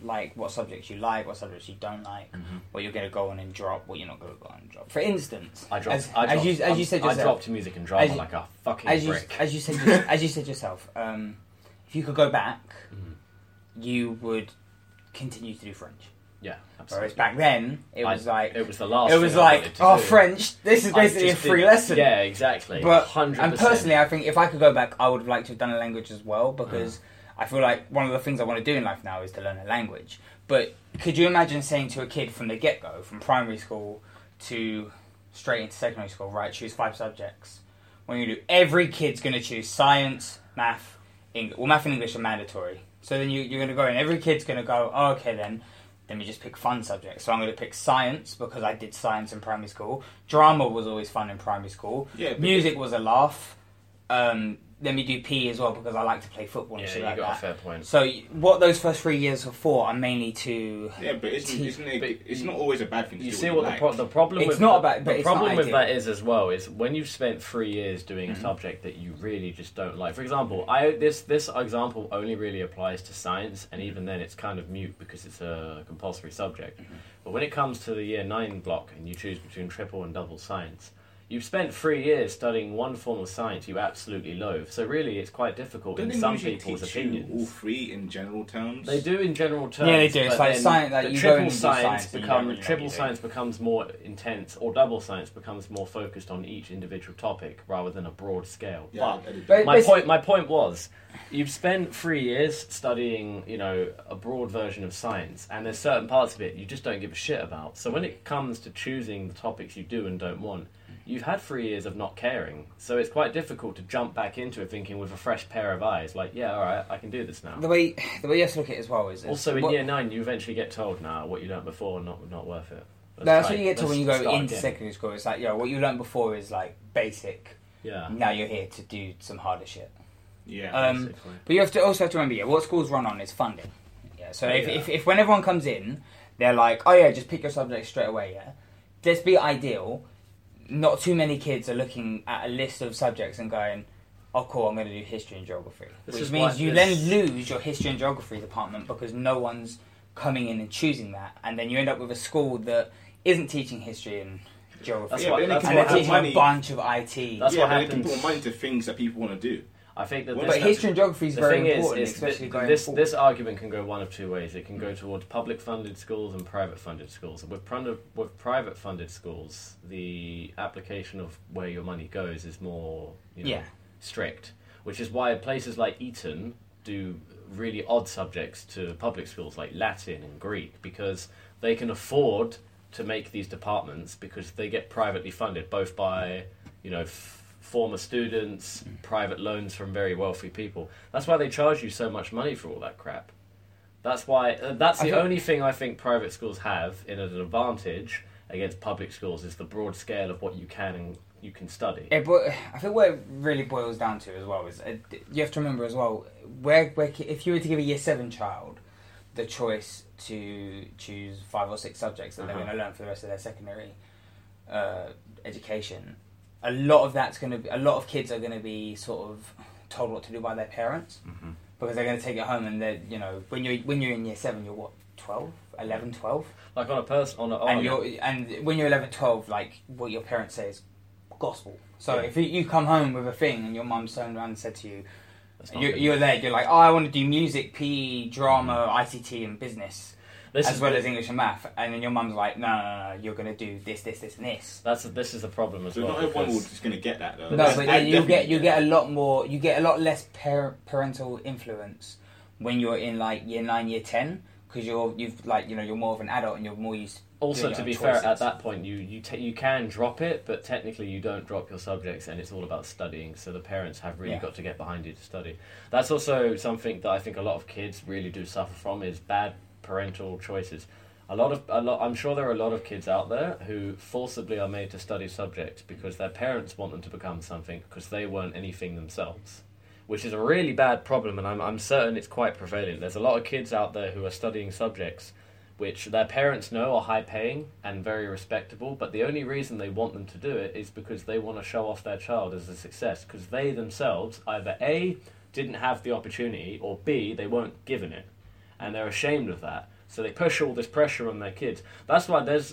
[SPEAKER 2] like what subjects you like, what subjects you don't like,
[SPEAKER 4] Mm-hmm.
[SPEAKER 2] what you're gonna go on and drop, what you're not gonna go on and drop. For instance,
[SPEAKER 4] I dropped.
[SPEAKER 2] as,
[SPEAKER 4] I dropped
[SPEAKER 2] as you as you said
[SPEAKER 4] I
[SPEAKER 2] yourself,
[SPEAKER 4] dropped music and drama
[SPEAKER 2] as you-
[SPEAKER 4] like a fucking
[SPEAKER 2] as you
[SPEAKER 4] brick.
[SPEAKER 2] as you said your- as you said yourself, um, if you could go back,
[SPEAKER 4] Mm-hmm.
[SPEAKER 2] you would continue to do French.
[SPEAKER 4] yeah,
[SPEAKER 2] Whereas
[SPEAKER 4] absolutely.
[SPEAKER 2] back then, it
[SPEAKER 4] I-
[SPEAKER 2] was like
[SPEAKER 4] it was the last.
[SPEAKER 2] it was
[SPEAKER 4] thing I
[SPEAKER 2] like,
[SPEAKER 4] wanted to
[SPEAKER 2] oh,
[SPEAKER 4] do.
[SPEAKER 2] French. This is
[SPEAKER 4] I
[SPEAKER 2] basically a
[SPEAKER 4] just
[SPEAKER 2] free
[SPEAKER 4] did-
[SPEAKER 2] lesson.
[SPEAKER 4] Yeah, exactly.
[SPEAKER 2] But
[SPEAKER 4] 100%.
[SPEAKER 2] and personally, I think if I could go back, I would have liked to have done a language as well because I feel like one of the things I want to do in life now is to learn a language. But could you imagine saying to a kid from the get go, from primary school to straight into secondary school, right? Choose five subjects. When you do, every kid's going to choose science, math, English. Well, math and English are mandatory. So then you, you're going to go in. Every kid's going to go. Oh, okay then. Then we just pick fun subjects. So I'm going to pick science because I did science in primary school. Drama was always fun in primary school.
[SPEAKER 5] Yeah, but-
[SPEAKER 2] Music was a laugh. Um, let me do PE as well because I like to play football and
[SPEAKER 4] yeah,
[SPEAKER 2] shit
[SPEAKER 4] you
[SPEAKER 2] like
[SPEAKER 4] got a
[SPEAKER 2] that.
[SPEAKER 4] fair point.
[SPEAKER 2] So y- what those first three years are for are mainly to
[SPEAKER 5] Yeah, but isn't,
[SPEAKER 2] Tea-
[SPEAKER 5] isn't it,
[SPEAKER 4] Oh. but
[SPEAKER 5] it's not always a bad thing to
[SPEAKER 4] You
[SPEAKER 5] do
[SPEAKER 4] see
[SPEAKER 5] what
[SPEAKER 4] what
[SPEAKER 5] you
[SPEAKER 4] the,
[SPEAKER 5] like.
[SPEAKER 4] pro- the problem
[SPEAKER 2] It's
[SPEAKER 4] with
[SPEAKER 2] not about- but
[SPEAKER 4] the
[SPEAKER 2] it's
[SPEAKER 4] problem
[SPEAKER 2] not
[SPEAKER 4] with
[SPEAKER 2] ideal.
[SPEAKER 4] that is as well is when you've spent three years doing a subject that you really just don't like. For example, I this this example only really applies to science, and even then it's kind of mute because it's a compulsory subject. But when it comes to the year nine block and you choose between triple and double science, you've spent three years studying one form of science you absolutely loathe. So really, it's quite difficult
[SPEAKER 5] Don't
[SPEAKER 4] in
[SPEAKER 5] they
[SPEAKER 4] some
[SPEAKER 5] usually
[SPEAKER 4] people's
[SPEAKER 5] teach
[SPEAKER 4] opinions.
[SPEAKER 5] You all three in general terms.
[SPEAKER 4] They do in general terms.
[SPEAKER 2] Yeah, they do. It's
[SPEAKER 4] but
[SPEAKER 2] like
[SPEAKER 4] then
[SPEAKER 2] science- like
[SPEAKER 4] the
[SPEAKER 2] you go
[SPEAKER 4] triple
[SPEAKER 2] in and do
[SPEAKER 4] science
[SPEAKER 2] science and you don't
[SPEAKER 4] become
[SPEAKER 2] really know
[SPEAKER 4] triple
[SPEAKER 2] what you do.
[SPEAKER 4] science becomes more intense, or double science becomes more focused on each individual topic rather than a broad scale.
[SPEAKER 5] Yeah,
[SPEAKER 4] But
[SPEAKER 5] I did.
[SPEAKER 2] But-
[SPEAKER 4] my
[SPEAKER 2] Basically-
[SPEAKER 4] point, my point was, you've spent three years studying, you know, a broad version of science, and there's certain parts of it you just don't give a shit about. So when it comes to choosing the topics you do and don't want, you've had three years of not caring. So it's quite difficult to jump back into it thinking with a fresh pair of eyes, like, yeah, all right, I can do this now.
[SPEAKER 2] the way the way you have to look at it as well is is
[SPEAKER 4] Also, in
[SPEAKER 2] what-
[SPEAKER 4] year nine, you eventually get told, "Nah, what you learnt before not not worth it."
[SPEAKER 2] No,
[SPEAKER 4] Let's
[SPEAKER 2] that's
[SPEAKER 4] try-
[SPEAKER 2] what you get to
[SPEAKER 4] let's
[SPEAKER 2] when you go
[SPEAKER 4] start
[SPEAKER 2] into
[SPEAKER 4] again."
[SPEAKER 2] secondary school. It's like, yo, what you learned before is like basic.
[SPEAKER 4] Yeah.
[SPEAKER 2] Now you're here to do some harder shit.
[SPEAKER 5] yeah.
[SPEAKER 2] Um,
[SPEAKER 4] Basically.
[SPEAKER 2] but you have to also have to remember, yeah, what schools run on is funding. Yeah. So if,
[SPEAKER 4] Yeah.
[SPEAKER 2] if if when everyone comes in, they're like, oh yeah, just pick your subject straight away. Yeah. Let's be ideal. Not too many kids are looking at a list of subjects and going, oh cool, I'm going to do history and geography,
[SPEAKER 4] This
[SPEAKER 2] which
[SPEAKER 4] is
[SPEAKER 2] means
[SPEAKER 4] why
[SPEAKER 2] you
[SPEAKER 4] this-
[SPEAKER 2] then lose your history and geography department because no one's coming in and choosing that, and then you end up with a school that isn't teaching history and geography.
[SPEAKER 4] That's
[SPEAKER 5] Yeah,
[SPEAKER 4] what-
[SPEAKER 5] but then
[SPEAKER 4] that's
[SPEAKER 5] it
[SPEAKER 2] and
[SPEAKER 5] can
[SPEAKER 2] they're
[SPEAKER 4] what
[SPEAKER 5] have
[SPEAKER 2] teaching
[SPEAKER 5] money.
[SPEAKER 2] a bunch of IT.
[SPEAKER 4] That's
[SPEAKER 5] yeah,
[SPEAKER 4] what
[SPEAKER 5] but they can
[SPEAKER 4] happens.
[SPEAKER 5] put money to things that people want to do.
[SPEAKER 4] I think that
[SPEAKER 5] Well,
[SPEAKER 4] this
[SPEAKER 2] But history and geography is
[SPEAKER 4] the
[SPEAKER 2] very
[SPEAKER 4] thing is,
[SPEAKER 2] important,
[SPEAKER 4] is
[SPEAKER 2] especially
[SPEAKER 4] that
[SPEAKER 2] going
[SPEAKER 4] this
[SPEAKER 2] forward.
[SPEAKER 4] this argument can go one of two ways. It can go towards public funded schools and private funded schools. With private with private funded schools, the application of where your money goes is more you know,
[SPEAKER 2] Yeah.
[SPEAKER 4] strict, which is why places like Eton do really odd subjects to public schools like Latin and Greek because they can afford to make these departments because they get privately funded both by you know f- former students, private loans from very wealthy people. That's why they charge you so much money for all that crap. That's why uh, that's
[SPEAKER 2] I
[SPEAKER 4] the
[SPEAKER 2] think-
[SPEAKER 4] only thing I think private schools have in an advantage against public schools is the broad scale of what you can and you can study.
[SPEAKER 2] It, boi- I think what it really boils down to as well is uh, you have to remember as well where, where ki- if you were to give a year seven child the choice to choose five or six subjects that they're
[SPEAKER 4] Uh-huh.
[SPEAKER 2] going to learn for the rest of their secondary uh, education, a lot of that's going to be a lot of kids are going to be sort of told what to do by their parents. because they're going to take it home and they you know when you're when you're in year seven you're what 12 11 12
[SPEAKER 4] Like on a person, on a on
[SPEAKER 2] and
[SPEAKER 4] a-
[SPEAKER 2] you're and when you're 11 12 like what your parents say is gospel so if you, you come home with a thing and your mum turned around and said to you
[SPEAKER 4] that's not
[SPEAKER 2] you,
[SPEAKER 4] good.
[SPEAKER 2] you're there you're like oh i want to do music pe drama ict and business
[SPEAKER 4] This
[SPEAKER 2] as
[SPEAKER 4] is
[SPEAKER 2] well as english and math and then your mum's like no no no, no you're going to do this this this and this
[SPEAKER 4] that's this is the problem as
[SPEAKER 5] So
[SPEAKER 4] well.
[SPEAKER 5] not everyone will
[SPEAKER 4] because-
[SPEAKER 5] just gonna get that though.
[SPEAKER 2] No,
[SPEAKER 5] I
[SPEAKER 2] but yeah, you
[SPEAKER 5] definitely
[SPEAKER 2] get you get a lot more. You get a lot less par- parental influence when you're in like year nine, year ten, because you're you've like you know you're more of an adult and you're more used.
[SPEAKER 4] Also,
[SPEAKER 2] doing
[SPEAKER 4] to
[SPEAKER 2] your
[SPEAKER 4] be
[SPEAKER 2] own
[SPEAKER 4] fair, at
[SPEAKER 2] choices.
[SPEAKER 4] that point you you ta you can drop it, but technically you don't drop your subjects, and it's all about studying. So the parents have really
[SPEAKER 2] Yeah.
[SPEAKER 4] got to get behind you to study. That's also something that I think a lot of kids really do suffer from is bad parental choices. A lot of a lot, I'm sure there are a lot of kids out there who forcibly are made to study subjects because their parents want them to become something because they weren't anything themselves which is a really bad problem, and I'm, I'm certain it's quite prevalent. There's a lot of kids out there who are studying subjects which their parents know are high paying and very respectable, but the only reason they want them to do it is because they want to show off their child as a success, because they themselves either A, didn't have the opportunity, or B, they weren't given it, and they're ashamed of that. So they push all this pressure on their kids. That's why there's.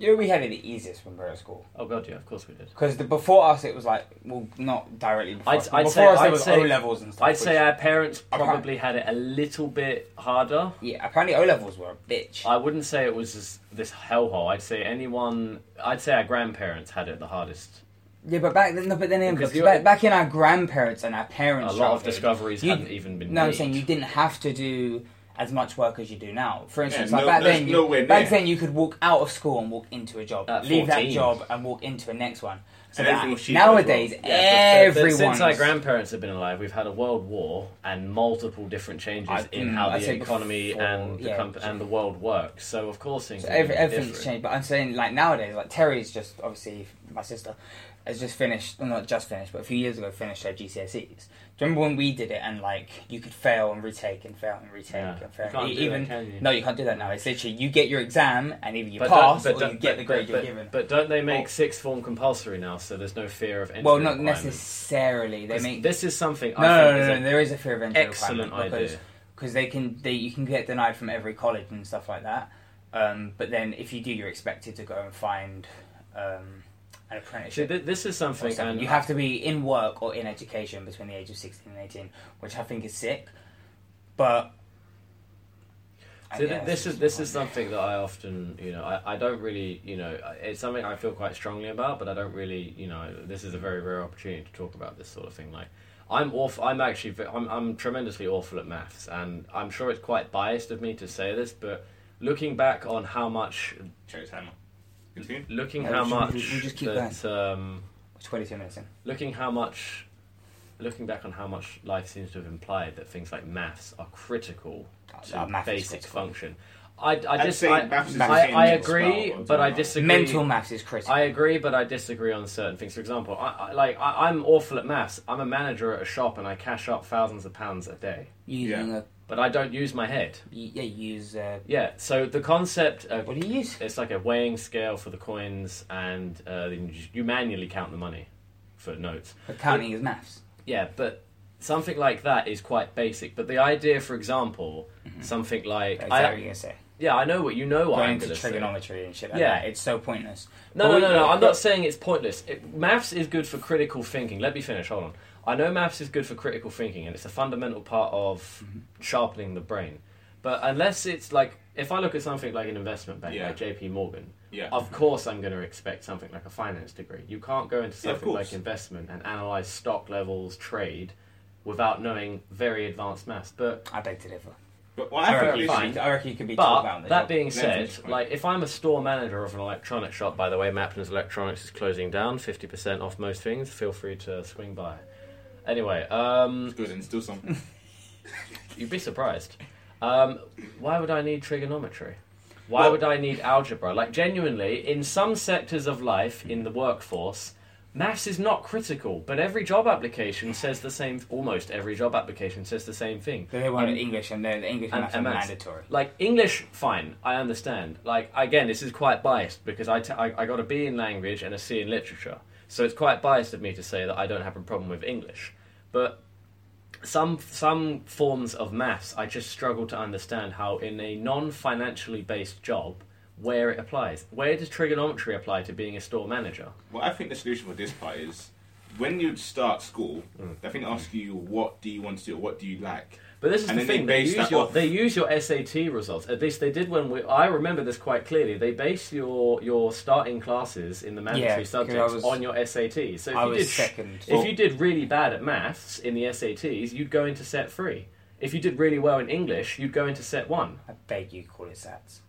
[SPEAKER 2] You know, we had it the easiest when we were at school
[SPEAKER 4] Oh, God, yeah, of course we did.
[SPEAKER 2] because the before us it was like well not directly before
[SPEAKER 4] I'd-
[SPEAKER 2] us. but
[SPEAKER 4] I'd
[SPEAKER 2] before
[SPEAKER 4] say-
[SPEAKER 2] us there
[SPEAKER 4] I'd
[SPEAKER 2] was
[SPEAKER 4] say-
[SPEAKER 2] O levels and stuff.
[SPEAKER 4] I'd say
[SPEAKER 2] which-
[SPEAKER 4] our parents
[SPEAKER 2] Apparent-
[SPEAKER 4] probably had it a little bit harder.
[SPEAKER 2] yeah. Apparently, O levels were a bitch.
[SPEAKER 4] I wouldn't say it was this, this hellhole. I'd say anyone. I'd say our grandparents had it the hardest.
[SPEAKER 2] yeah, but back then, no, but then in,
[SPEAKER 4] Because
[SPEAKER 2] back,
[SPEAKER 4] you're-
[SPEAKER 2] back in our grandparents and our
[SPEAKER 4] A
[SPEAKER 2] parents,
[SPEAKER 4] lot of
[SPEAKER 2] childhood,
[SPEAKER 4] discoveries
[SPEAKER 2] you-
[SPEAKER 4] hadn't even been.
[SPEAKER 2] No, I'm
[SPEAKER 4] made.
[SPEAKER 2] saying you didn't have to do as much work as you do now. For instance,
[SPEAKER 5] Yeah,
[SPEAKER 2] like
[SPEAKER 5] no-
[SPEAKER 2] back
[SPEAKER 5] there's
[SPEAKER 2] then,
[SPEAKER 5] nowhere
[SPEAKER 2] you,
[SPEAKER 5] near.
[SPEAKER 2] back then you could walk out of school and walk into a job,
[SPEAKER 4] At
[SPEAKER 2] leave
[SPEAKER 4] 14.
[SPEAKER 2] that job and walk into a next one. So
[SPEAKER 5] And
[SPEAKER 2] that
[SPEAKER 5] everything was cheaper as well.
[SPEAKER 2] nowadays,
[SPEAKER 5] Yeah,
[SPEAKER 4] Yeah, but- but
[SPEAKER 2] everyone.
[SPEAKER 4] Since our grandparents have been alive, we've had a world war and multiple different changes
[SPEAKER 2] I-
[SPEAKER 4] in
[SPEAKER 2] mm,
[SPEAKER 4] how
[SPEAKER 2] I'd
[SPEAKER 4] the
[SPEAKER 2] say
[SPEAKER 4] economy
[SPEAKER 2] before-
[SPEAKER 4] and the
[SPEAKER 2] yeah.
[SPEAKER 4] comp- and the world works. So of course things.
[SPEAKER 2] So
[SPEAKER 4] are gonna
[SPEAKER 2] every,
[SPEAKER 4] be
[SPEAKER 2] everything's
[SPEAKER 4] different.
[SPEAKER 2] changed, but I'm saying like nowadays, like Terry's just obviously my sister has just finished, well, not just finished, but a few years ago finished her GCSEs. Do you remember when we did it and like you could fail and retake and fail and retake
[SPEAKER 4] Yeah.
[SPEAKER 2] and fail?
[SPEAKER 4] You can't
[SPEAKER 2] E-
[SPEAKER 4] do that,
[SPEAKER 2] even
[SPEAKER 4] can you?
[SPEAKER 2] no, you can't do that now. It's literally you get your exam and either you
[SPEAKER 4] But don't-
[SPEAKER 2] pass
[SPEAKER 4] but
[SPEAKER 2] or
[SPEAKER 4] don't-
[SPEAKER 2] you get the
[SPEAKER 4] but-
[SPEAKER 2] grade
[SPEAKER 4] but-
[SPEAKER 2] you're given.
[SPEAKER 4] But don't they make
[SPEAKER 2] Or-
[SPEAKER 4] sixth form compulsory now? So there's no fear of entry
[SPEAKER 2] Well, not
[SPEAKER 4] requirements?
[SPEAKER 2] necessarily. They
[SPEAKER 4] 'Cause
[SPEAKER 2] make
[SPEAKER 4] This is something.
[SPEAKER 2] no,
[SPEAKER 4] I
[SPEAKER 2] no,
[SPEAKER 4] think
[SPEAKER 2] no,
[SPEAKER 4] is
[SPEAKER 2] no,
[SPEAKER 4] a-
[SPEAKER 2] no, There is a fear of entry
[SPEAKER 4] excellent
[SPEAKER 2] requirement because
[SPEAKER 4] idea.
[SPEAKER 2] because they can they you can get denied from every college and stuff like that. Um, but then if you do, you're expected to go and find um, an
[SPEAKER 4] See,
[SPEAKER 2] apprenticeship.
[SPEAKER 4] th- this is
[SPEAKER 2] or
[SPEAKER 4] something,
[SPEAKER 2] something.
[SPEAKER 4] and
[SPEAKER 2] you have to be in work or in education between the age of 16 and 18, which I think is sick. But I
[SPEAKER 4] So th-
[SPEAKER 2] guess it's
[SPEAKER 4] this is this
[SPEAKER 2] not-
[SPEAKER 4] is something that I often, you know, I, I don't really, you know, I- it's something I feel quite strongly about, but I don't really, you know, this is a very rare opportunity to talk about this sort of thing. Like, I'm awful. I'm actually, ve- I'm, I'm tremendously awful at maths, and I'm sure it's quite biased of me to say this, but looking back on how much,
[SPEAKER 5] Cherry's hammer. Continue.
[SPEAKER 4] looking
[SPEAKER 2] Yeah,
[SPEAKER 4] how
[SPEAKER 2] we
[SPEAKER 4] much
[SPEAKER 2] just- we just keep
[SPEAKER 4] that, um,
[SPEAKER 2] 22 minutes in.
[SPEAKER 4] looking how much looking back on how much life seems to have implied that things like maths are critical to
[SPEAKER 2] Uh, maths is
[SPEAKER 4] basic
[SPEAKER 2] critical.
[SPEAKER 4] function i, I,
[SPEAKER 5] I'd
[SPEAKER 4] dis-
[SPEAKER 5] say
[SPEAKER 4] I,
[SPEAKER 5] maths is
[SPEAKER 4] I,
[SPEAKER 5] the
[SPEAKER 4] I
[SPEAKER 5] same
[SPEAKER 4] agree
[SPEAKER 5] spell,
[SPEAKER 4] but i
[SPEAKER 5] don't know.
[SPEAKER 4] disagree
[SPEAKER 2] Mental maths is critical.
[SPEAKER 4] I agree, but I disagree on certain things. For example, I, I like I, I'm awful at maths. I'm a manager at a shop, and I cash up thousands of pounds a day.
[SPEAKER 2] Using
[SPEAKER 5] Yeah.
[SPEAKER 2] a,
[SPEAKER 4] But I don't use my head.
[SPEAKER 2] you- yeah, use uh,
[SPEAKER 4] Yeah. So the concept of
[SPEAKER 2] what do you use?
[SPEAKER 4] it's like a weighing scale for the coins, and uh, you just- you manually count the money for notes.
[SPEAKER 2] Accounting is maths.
[SPEAKER 4] Yeah, but something like that is quite basic. But the idea, for example, something like
[SPEAKER 2] That's what you're
[SPEAKER 4] I,
[SPEAKER 2] gonna say.
[SPEAKER 4] yeah, I know what you know.
[SPEAKER 2] Mm-hmm.
[SPEAKER 4] What
[SPEAKER 2] going
[SPEAKER 4] I'm
[SPEAKER 2] to
[SPEAKER 4] gonna say. No,
[SPEAKER 2] trigonometry and shit like
[SPEAKER 4] Yeah.
[SPEAKER 2] that. It's so pointless.
[SPEAKER 4] no,
[SPEAKER 2] But
[SPEAKER 4] no,
[SPEAKER 2] we-
[SPEAKER 4] no. I'm not saying it's pointless. It, maths is good for critical thinking. Let me finish. Hold on. I know maths is good for critical thinking, and it's a fundamental part of
[SPEAKER 5] Mm-hmm.
[SPEAKER 4] sharpening the brain. But unless it's like, if I look at something like an investment bank,
[SPEAKER 5] Yeah.
[SPEAKER 4] like J.P. Morgan,
[SPEAKER 5] Yeah.
[SPEAKER 4] of course I'm going to expect something like a finance degree. You can't go into
[SPEAKER 5] Yeah, of
[SPEAKER 4] something like
[SPEAKER 5] course.
[SPEAKER 4] investment and analyze stock levels, trade, without knowing very advanced maths. But
[SPEAKER 2] I beg to differ.
[SPEAKER 5] But well,
[SPEAKER 2] I
[SPEAKER 5] I
[SPEAKER 2] reckon,
[SPEAKER 5] think
[SPEAKER 4] fine.
[SPEAKER 2] you- I reckon you could be taught about
[SPEAKER 4] but
[SPEAKER 2] on the
[SPEAKER 4] that
[SPEAKER 2] job.
[SPEAKER 4] being
[SPEAKER 5] That's
[SPEAKER 4] said,
[SPEAKER 5] interesting.
[SPEAKER 4] like if I'm a store manager of an electronics shop, by the way, Maplin's Electronics is closing down, fifty percent off most things. Feel free to swing by. Anyway, um,
[SPEAKER 5] good and still something.
[SPEAKER 4] you'd be surprised. Um, why would I need trigonometry? Why
[SPEAKER 5] Well-
[SPEAKER 4] would I need algebra? Like genuinely, in some sectors of life, in the workforce, maths is not critical. But every job application says the same. Almost every job application says the same thing.
[SPEAKER 2] They want
[SPEAKER 4] Um,
[SPEAKER 2] English and they're the English and,
[SPEAKER 4] and-
[SPEAKER 2] maths
[SPEAKER 4] and
[SPEAKER 2] are
[SPEAKER 4] maths.
[SPEAKER 2] mandatory.
[SPEAKER 4] Like English, fine, I understand. Like again, this is quite biased because I, t- I, I got a B in language and a C in literature, so it's quite biased of me to say that I don't have a problem with English. But some some forms of maths I just struggle to understand how in a non-financially based job where it applies. Where does trigonometry apply to being a store manager?
[SPEAKER 5] Well, I think the solution for this part is when you start school,
[SPEAKER 2] Mm.
[SPEAKER 5] I think they ask you what do you want to do, what do you like.
[SPEAKER 4] But this is
[SPEAKER 5] And
[SPEAKER 4] the
[SPEAKER 5] then they
[SPEAKER 4] thing. They,
[SPEAKER 5] base
[SPEAKER 4] use
[SPEAKER 5] that
[SPEAKER 4] your
[SPEAKER 5] off-
[SPEAKER 4] they use your SAT results. At least they did when we. I remember this quite clearly. They base your your starting classes in the
[SPEAKER 2] Yeah,
[SPEAKER 4] mandatory
[SPEAKER 2] 'cause I
[SPEAKER 4] subjects
[SPEAKER 2] was-
[SPEAKER 4] on your SAT. So if
[SPEAKER 2] I
[SPEAKER 4] you
[SPEAKER 2] was
[SPEAKER 4] did sh-
[SPEAKER 2] second.
[SPEAKER 4] if you did really bad at maths in the SATs, you'd go into set three. If you did really well in English, you'd go into set one.
[SPEAKER 2] I beg you, call it sats.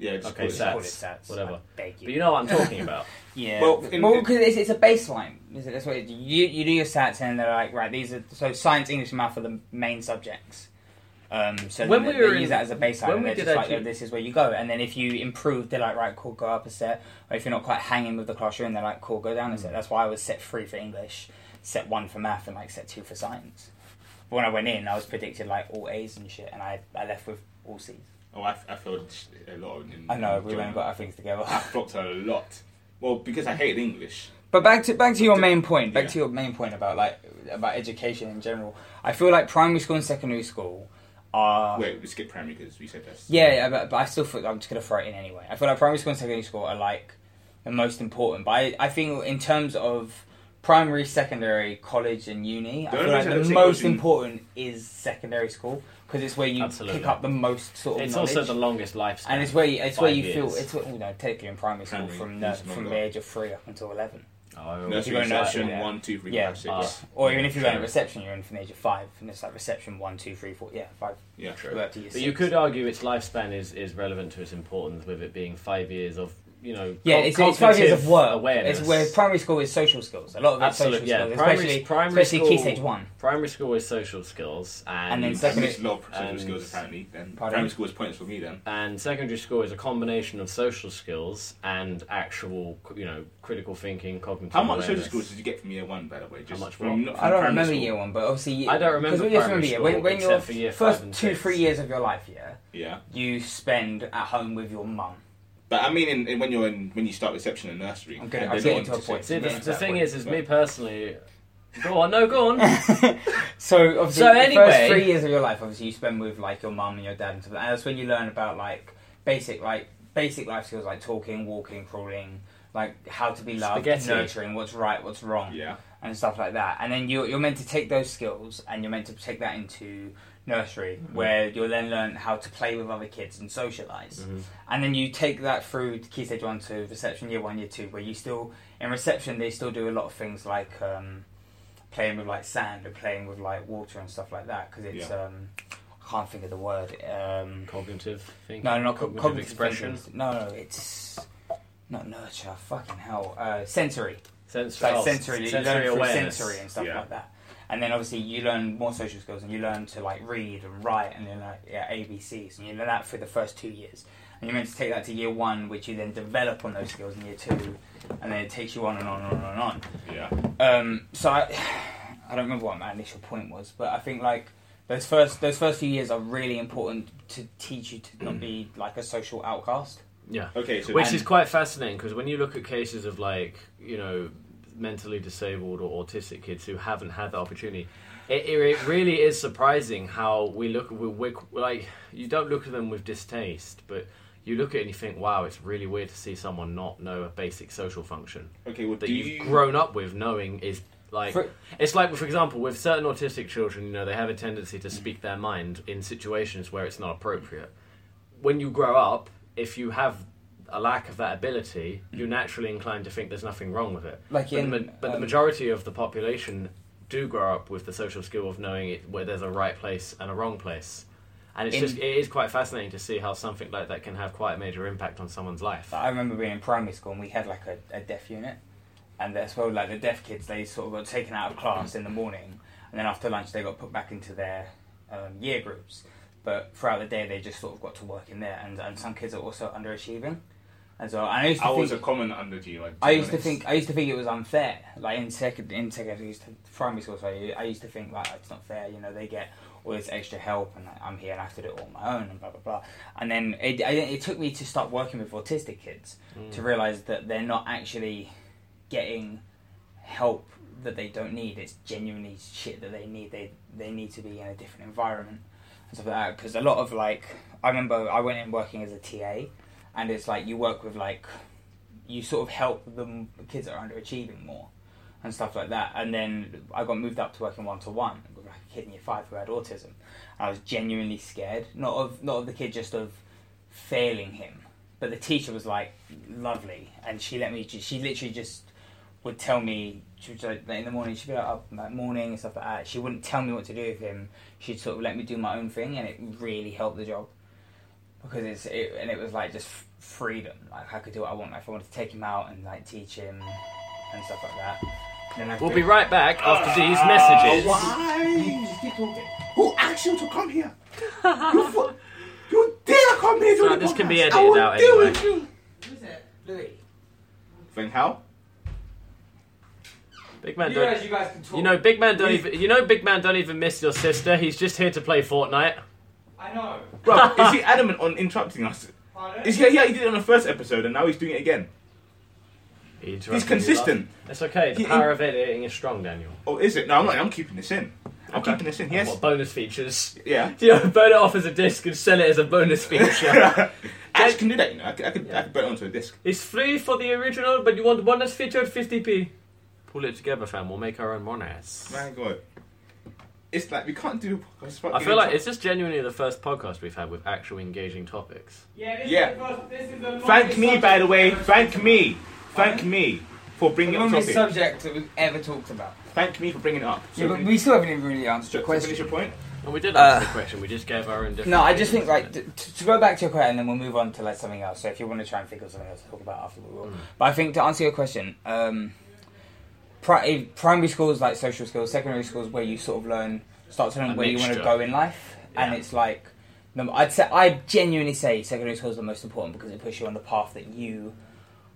[SPEAKER 5] Yeah, just
[SPEAKER 4] Okay,
[SPEAKER 5] call it
[SPEAKER 2] sat. call it
[SPEAKER 4] stats,
[SPEAKER 2] stats. I
[SPEAKER 4] whatever.
[SPEAKER 2] beg
[SPEAKER 4] But
[SPEAKER 2] you.
[SPEAKER 4] you know what I'm talking about.
[SPEAKER 2] Yeah. Well,
[SPEAKER 5] Well,
[SPEAKER 2] because
[SPEAKER 5] in-
[SPEAKER 2] it's, it's a baseline. Is it? That's what it, you you do your stats and they're like, right, these are so science, English, and math are the main subjects. Um, so
[SPEAKER 4] When
[SPEAKER 2] when we
[SPEAKER 4] we were
[SPEAKER 2] use
[SPEAKER 4] in-
[SPEAKER 2] that as a baseline,
[SPEAKER 4] when
[SPEAKER 2] and
[SPEAKER 4] we
[SPEAKER 2] they're
[SPEAKER 4] did
[SPEAKER 2] just like,
[SPEAKER 4] actually-
[SPEAKER 2] oh, this is where you go. And then if you improve, they're like, right, cool, go up a set. Or if you're not quite hanging with the class you're in, they're like, cool, go down a
[SPEAKER 4] Mm.
[SPEAKER 2] set. That's why I was set three for English, set one for math, and like set two for science. But when I went in, I was predicted like all A's and shit, and I, I left with all C's.
[SPEAKER 5] Oh, I, I failed sh- a lot. In,
[SPEAKER 2] I know we
[SPEAKER 4] Mm.
[SPEAKER 5] in-
[SPEAKER 2] went and got our things together.
[SPEAKER 5] I flopped a lot. Well, because I hated English.
[SPEAKER 2] But back to back to your main point. Back
[SPEAKER 5] Yeah.
[SPEAKER 2] to your main point about like about education in general. I feel like primary school and secondary school are
[SPEAKER 5] Wait, we skip primary because we said that.
[SPEAKER 2] yeah, yeah but, but I still feel I'm just gonna throw it in anyway. I feel like primary school and secondary school are like the most important. But I, I think in terms of primary, secondary, college, and uni, I
[SPEAKER 5] The only
[SPEAKER 2] feel like
[SPEAKER 5] reason I don't
[SPEAKER 2] the
[SPEAKER 5] say
[SPEAKER 2] most
[SPEAKER 5] college and-
[SPEAKER 2] important is secondary school because it's where you
[SPEAKER 4] Absolutely.
[SPEAKER 2] pick up the most sort of
[SPEAKER 4] It's
[SPEAKER 2] knowledge.
[SPEAKER 4] also the longest lifespan.
[SPEAKER 2] and it's where you, it's where
[SPEAKER 4] Five
[SPEAKER 2] you feel
[SPEAKER 4] years.
[SPEAKER 2] it's where, you know technically in primary school
[SPEAKER 5] Primary
[SPEAKER 2] from
[SPEAKER 5] is
[SPEAKER 2] nurse, from
[SPEAKER 5] longer.
[SPEAKER 2] the age of three up until eleven.
[SPEAKER 4] Oh.
[SPEAKER 5] Nursery
[SPEAKER 2] If you go
[SPEAKER 5] reception,
[SPEAKER 2] nursery, yeah.
[SPEAKER 5] one, two, three,
[SPEAKER 2] Yeah.
[SPEAKER 5] five, six.
[SPEAKER 4] Ah.
[SPEAKER 2] Or even if you're going to
[SPEAKER 4] Sure.
[SPEAKER 2] reception, you're in from the age of five, and it's like reception one, two, three, four, yeah, five.
[SPEAKER 5] Yeah,
[SPEAKER 2] Go
[SPEAKER 5] true.
[SPEAKER 2] up to year
[SPEAKER 4] But you
[SPEAKER 2] six.
[SPEAKER 4] could argue its lifespan is, is relevant to its importance with it being five years of, you know,
[SPEAKER 2] Yeah,
[SPEAKER 4] co-
[SPEAKER 2] it's, it's five years of
[SPEAKER 4] cognitive
[SPEAKER 2] work.
[SPEAKER 4] awareness.
[SPEAKER 2] It's where primary school is social skills. A lot of it's
[SPEAKER 4] Absolute,
[SPEAKER 2] social
[SPEAKER 4] yeah.
[SPEAKER 2] skills,
[SPEAKER 4] Primary-
[SPEAKER 2] especially
[SPEAKER 4] primary
[SPEAKER 2] especially key
[SPEAKER 4] school-
[SPEAKER 2] stage one.
[SPEAKER 4] Primary school is social skills, and
[SPEAKER 2] And
[SPEAKER 4] and,
[SPEAKER 2] then
[SPEAKER 5] I
[SPEAKER 2] secondary-
[SPEAKER 5] missed a lot of
[SPEAKER 4] and-
[SPEAKER 5] secondary skills apparently. Then
[SPEAKER 2] Pardon?
[SPEAKER 5] primary school was points for me then.
[SPEAKER 4] secondary school is a combination of social skills and actual, you know, critical thinking, cognitive.
[SPEAKER 5] How much social
[SPEAKER 4] awareness.
[SPEAKER 5] schools did you get from year one, by the way? Just
[SPEAKER 4] much
[SPEAKER 5] from,
[SPEAKER 4] what?
[SPEAKER 5] from
[SPEAKER 2] I don't
[SPEAKER 5] primary
[SPEAKER 2] remember
[SPEAKER 5] school?
[SPEAKER 2] year one, but obviously year,
[SPEAKER 4] I don't remember
[SPEAKER 2] 'cause we just
[SPEAKER 4] primary
[SPEAKER 2] remember year. When,
[SPEAKER 4] school
[SPEAKER 2] when
[SPEAKER 4] except
[SPEAKER 2] your
[SPEAKER 4] for year five
[SPEAKER 2] first
[SPEAKER 4] and
[SPEAKER 2] two
[SPEAKER 4] six.
[SPEAKER 2] three years of your life, yeah,
[SPEAKER 5] Yeah,
[SPEAKER 2] you spend at home with your mum.
[SPEAKER 5] but I mean, in, in, when you're in, when you start reception and nursery,
[SPEAKER 2] I'm gonna-
[SPEAKER 5] and
[SPEAKER 2] I'm
[SPEAKER 5] they
[SPEAKER 2] getting
[SPEAKER 5] don't
[SPEAKER 2] to
[SPEAKER 5] want
[SPEAKER 2] a point.
[SPEAKER 5] say-
[SPEAKER 4] See, the,
[SPEAKER 2] Yeah,
[SPEAKER 4] the thing
[SPEAKER 2] exactly.
[SPEAKER 4] is, is me personally. Go on, no, go on.
[SPEAKER 2] So obviously,
[SPEAKER 4] So
[SPEAKER 2] the
[SPEAKER 4] anyway-
[SPEAKER 2] first three years of your life, obviously, you spend with like your mum and your dad and stuff, and that's when you learn about like basic like basic life skills like talking, walking, crawling, like how to be loved,
[SPEAKER 4] Spaghetti.
[SPEAKER 2] nurturing, what's right, what's wrong,
[SPEAKER 5] Yeah,
[SPEAKER 2] and stuff like that. And then you're you're meant to take those skills and you're meant to take that into nursery, where you'll then learn how to play with other kids and socialize. And then you take that through to key stage one to reception year one, year two, where you still in reception they still do a lot of things like. Um, playing with like sand or playing with like water and stuff like that because it's um, I can't think of the word. Um,
[SPEAKER 4] cognitive thinking.
[SPEAKER 2] no, not
[SPEAKER 4] cognitive,
[SPEAKER 2] cognitive,
[SPEAKER 4] expression.
[SPEAKER 2] thinking. No, no, it's not nurture. Fucking hell, uh, sensory, It's
[SPEAKER 4] Sensory,
[SPEAKER 2] like
[SPEAKER 4] oh,
[SPEAKER 2] sensory, you
[SPEAKER 4] sensory
[SPEAKER 2] learn through
[SPEAKER 4] awareness.
[SPEAKER 2] sensory and stuff
[SPEAKER 5] Yeah.
[SPEAKER 2] like that. And then obviously you learn more social skills and you learn to like read and write and then like yeah, ABCs and you learn that for the first two years. And you're meant to take that to year one, which you then develop on those skills in year two, and then it takes you on and on and on and on.
[SPEAKER 5] yeah.
[SPEAKER 2] Um, so I, I don't remember what my initial point was, but I think like those first those first few years are really important to teach you to not be like a social outcast.
[SPEAKER 4] Yeah.
[SPEAKER 5] Okay, so
[SPEAKER 4] Which
[SPEAKER 2] And-
[SPEAKER 4] is quite fascinating because when you look at cases of like you know mentally disabled or autistic kids who haven't had the opportunity, it, it, it really is surprising how we look. We, we like you don't look at them with distaste, but you look at it and you think, wow, it's really weird to see someone not know a basic social function
[SPEAKER 5] okay, well,
[SPEAKER 4] that
[SPEAKER 5] do
[SPEAKER 4] you've
[SPEAKER 5] you-
[SPEAKER 4] grown up with knowing is like
[SPEAKER 2] For-
[SPEAKER 4] it's like for example with certain autistic children you know they have a tendency to speak their mind in situations where it's not appropriate when you grow up if you have a lack of that ability you're naturally inclined to think there's nothing wrong with it
[SPEAKER 2] Like
[SPEAKER 4] but,
[SPEAKER 2] in,
[SPEAKER 4] the, ma- but the
[SPEAKER 2] um,
[SPEAKER 4] majority of the population do grow up with the social skill of knowing it, where there's a right place and a wrong place and it's
[SPEAKER 2] In-
[SPEAKER 4] just it is quite fascinating to see how something like that can have quite a major impact on someone's life
[SPEAKER 2] But I remember being in primary school and we had like a, a deaf unit, and that's where like the deaf kids they sort of got taken out of class in the morning, and then after lunch they got put back into their um, year groups. But throughout the day they just sort of got to work in there, and, and some kids are also underachieving. And so I used to
[SPEAKER 5] I was a
[SPEAKER 2] think,
[SPEAKER 5] common under to you. like,
[SPEAKER 2] I used to
[SPEAKER 5] honest.
[SPEAKER 2] think I used to think it was unfair. Like in second in second I used to primary school, so I used to think like it's not fair. You know, they get all this extra help, and like, I'm here and I have to do it all on my own, and blah blah blah. And then it I, it took me to start working with autistic kids to realize that they're not actually getting help that they don't need. It's genuinely shit that they need. They they need to be in a different environment and stuff like that. Because a lot of like, I remember I went in working as a TA, and it's like you work with like, you sort of help the kids that are underachieving more and stuff like that. And then I got moved up to working one to one with like a kid in year five who had autism. I was genuinely scared, not of not of the kid, just of failing him. But the teacher was like lovely, and she let me. ju- She literally just would tell me. She was like in the morning. She'd be like up that morning and stuff like that. She wouldn't tell me what to do with him. She'd sort of let me do my own thing, and it really helped the job because it's it, and it was like just f- freedom. Like I could do what I want. Like if I wanted to take him out and like teach him and stuff like that. Then I
[SPEAKER 4] We'll
[SPEAKER 2] could-
[SPEAKER 4] be right back after these messages.
[SPEAKER 2] Oh,
[SPEAKER 5] Why? Just keep talking. Who asked you to come here? you, fu- you dare come here to
[SPEAKER 4] Nah,
[SPEAKER 5] the
[SPEAKER 4] this can
[SPEAKER 5] podcast.
[SPEAKER 4] be
[SPEAKER 5] I
[SPEAKER 4] edited
[SPEAKER 5] will
[SPEAKER 4] out
[SPEAKER 5] deal
[SPEAKER 4] anyway.
[SPEAKER 5] with you.
[SPEAKER 6] Who's it? Louis.
[SPEAKER 5] Think how?
[SPEAKER 4] Big man,
[SPEAKER 6] You realize
[SPEAKER 4] don't.
[SPEAKER 6] you guys can talk.
[SPEAKER 4] You know, big man don't even. You know, big man don't even miss your sister. He's just here to play Fortnite.
[SPEAKER 6] I know.
[SPEAKER 5] Bro, is he adamant on interrupting us?
[SPEAKER 6] Pardon?
[SPEAKER 5] Is he, yeah, he did it on the first episode and now he's doing it again.
[SPEAKER 4] He interrupted
[SPEAKER 5] He's
[SPEAKER 4] you
[SPEAKER 5] consistent.
[SPEAKER 4] last- It's okay. The
[SPEAKER 5] He-
[SPEAKER 4] power of editing is strong, Daniel.
[SPEAKER 5] Oh, is it? No, I'm not. I'm keeping this in. I'm
[SPEAKER 4] Okay.
[SPEAKER 5] keeping this in.
[SPEAKER 4] And
[SPEAKER 5] Yes.
[SPEAKER 4] What bonus features?
[SPEAKER 5] Yeah.
[SPEAKER 4] Do you know, burn it off as a disc and sell it as a bonus feature?
[SPEAKER 5] I can do that. You know, I could, I could, I could burn it onto a disc.
[SPEAKER 4] it's free for the original, but you want bonus feature at 50p. Pull it together, fam. We'll make our own monas.
[SPEAKER 5] My God. It's like we can't do. the podcast without
[SPEAKER 4] I feel
[SPEAKER 5] getting
[SPEAKER 4] like
[SPEAKER 5] into-
[SPEAKER 4] it's just genuinely the first podcast we've had with actual engaging topics.
[SPEAKER 6] Yeah, this
[SPEAKER 5] Yeah.
[SPEAKER 6] is the first, this is the longest
[SPEAKER 5] Thank me,
[SPEAKER 6] subject
[SPEAKER 5] by the way.
[SPEAKER 6] I've ever
[SPEAKER 5] Thank
[SPEAKER 6] talked
[SPEAKER 5] me.
[SPEAKER 6] Pardon?
[SPEAKER 5] Thank me for
[SPEAKER 2] The
[SPEAKER 5] bringing up
[SPEAKER 2] longest
[SPEAKER 5] topic.
[SPEAKER 2] subject that we've ever talked about.
[SPEAKER 5] Thank me for bringing it up. So
[SPEAKER 2] Yeah, but
[SPEAKER 5] finish-
[SPEAKER 2] we still haven't even really answered
[SPEAKER 5] so
[SPEAKER 2] your
[SPEAKER 5] finish
[SPEAKER 2] question.
[SPEAKER 5] your point.
[SPEAKER 4] And we did
[SPEAKER 2] Uh,
[SPEAKER 4] answer the question. We just gave our own different.
[SPEAKER 2] No, I just think
[SPEAKER 4] opinions
[SPEAKER 2] like
[SPEAKER 4] on
[SPEAKER 2] t- t- to go back to your question, and then we'll move on to like something else. So if you want to try and think of something else to talk about after, we will.
[SPEAKER 4] Mm.
[SPEAKER 2] But I think to answer your question, um, pri- eh, primary schools like social skills, secondary schools where you sort of learn, start to learn
[SPEAKER 4] A
[SPEAKER 2] where you want to
[SPEAKER 4] mixture.
[SPEAKER 2] go in life, and
[SPEAKER 4] Yeah.
[SPEAKER 2] it's like num- I'd say I genuinely say secondary school is the most important because it puts you on the path that you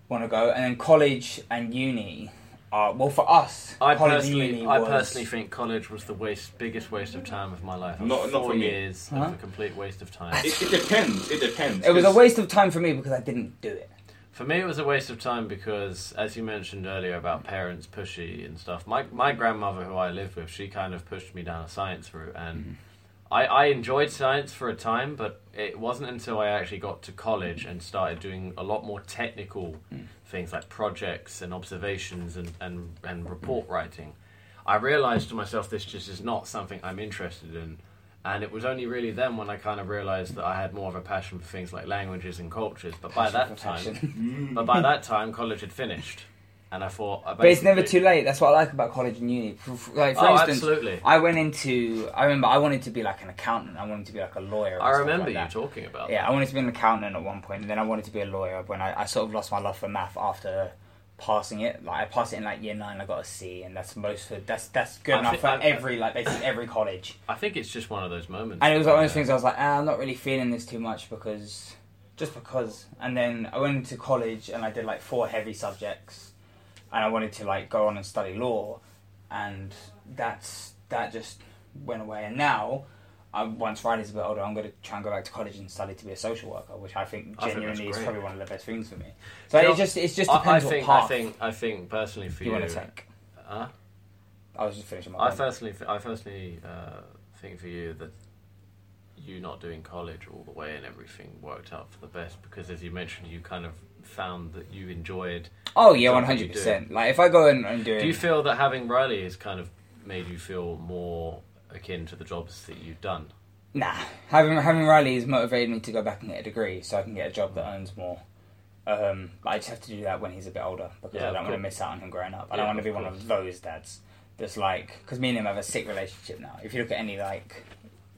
[SPEAKER 2] want to go, and then college and uni are well for us.
[SPEAKER 4] I
[SPEAKER 2] college
[SPEAKER 4] personally,
[SPEAKER 2] uni
[SPEAKER 4] I
[SPEAKER 2] was-
[SPEAKER 4] personally think college was the waste, biggest waste of time of my life.
[SPEAKER 5] Not-
[SPEAKER 4] Four
[SPEAKER 5] not for me.
[SPEAKER 4] years
[SPEAKER 2] Huh?
[SPEAKER 4] of a complete waste of time.
[SPEAKER 5] It, it depends. It depends.
[SPEAKER 2] it was a
[SPEAKER 5] 'cause-
[SPEAKER 2] waste of time for me because I didn't do it.
[SPEAKER 4] For me, it was a waste of time because, as you mentioned earlier about parents pushy and stuff, my, my grandmother, who I live with, she kind of pushed me down a science route.
[SPEAKER 2] Mm-hmm.
[SPEAKER 4] And I, I enjoyed science for a time, but it wasn't until I actually got to college and started doing a lot more technical
[SPEAKER 2] Hmm.
[SPEAKER 4] things like projects and observations and, and, and report writing. I realized to myself this just is not something I'm interested in. And it was only really then when I kind of realized that I had more of a passion for things like languages and cultures. But by that time, but by that time, college had finished, and I thought. I
[SPEAKER 2] But it's never
[SPEAKER 4] basically-
[SPEAKER 2] too late. That's what I like about college and uni. For, for- like, for
[SPEAKER 4] Oh,
[SPEAKER 2] instance,
[SPEAKER 4] absolutely.
[SPEAKER 2] I went into. I remember I wanted to be like an accountant. I wanted to be like a lawyer. and
[SPEAKER 4] I
[SPEAKER 2] stuff
[SPEAKER 4] remember
[SPEAKER 2] like
[SPEAKER 4] you
[SPEAKER 2] that.
[SPEAKER 4] talking about.
[SPEAKER 2] Yeah, I wanted to be an accountant at one point, and then I wanted to be a lawyer. When I, I sort of lost my love for math after passing it, like I passed it in like year nine, I got a C, and that's most for that's that's good
[SPEAKER 4] I
[SPEAKER 2] enough
[SPEAKER 4] think
[SPEAKER 2] for
[SPEAKER 4] I-
[SPEAKER 2] every like basically every college.
[SPEAKER 4] I think it's just one of those moments.
[SPEAKER 2] And it was like one of those
[SPEAKER 4] where-
[SPEAKER 2] things I was like, ah, I'm not really feeling this too much because, just because. And then I went into college and I did like four heavy subjects, and I wanted to like go on and study law, and that's that just went away. And now, I, once Riley's a bit older, I'm going to try and go back to college and study to be a social worker, which I think
[SPEAKER 4] I think
[SPEAKER 2] genuinely is
[SPEAKER 4] that's great.
[SPEAKER 2] probably one of the best things for me. So
[SPEAKER 4] Do you
[SPEAKER 2] it just it just
[SPEAKER 4] I-
[SPEAKER 2] depends
[SPEAKER 4] I,
[SPEAKER 2] what
[SPEAKER 4] think,
[SPEAKER 2] path
[SPEAKER 4] I think. I think personally for
[SPEAKER 2] you
[SPEAKER 4] you.
[SPEAKER 2] want to take.
[SPEAKER 4] Huh?
[SPEAKER 2] I was just finishing my.
[SPEAKER 4] I
[SPEAKER 2] point.
[SPEAKER 4] personally, I personally uh, think for you that you not doing college all the way and everything worked out for the best because, as you mentioned, you kind of found that you enjoyed.
[SPEAKER 2] oh yeah, one
[SPEAKER 4] something you
[SPEAKER 2] hundred
[SPEAKER 4] do.
[SPEAKER 2] percent. Like if I go in and do,
[SPEAKER 4] Do you feel that having Riley has kind of made you feel more akin to the jobs that you've done?
[SPEAKER 2] Nah, having having Riley has motivated me to go back and get a degree so I can get a job that earns more. Um, but I just have to do that when he's a bit older because
[SPEAKER 4] Yeah,
[SPEAKER 2] I
[SPEAKER 4] of
[SPEAKER 2] don't want to
[SPEAKER 4] course.
[SPEAKER 2] miss out on him growing up. I
[SPEAKER 4] Yeah,
[SPEAKER 2] don't want to
[SPEAKER 4] of
[SPEAKER 2] be one
[SPEAKER 4] course.
[SPEAKER 2] of those dads that's like because me and him have a sick relationship now. If you look at any like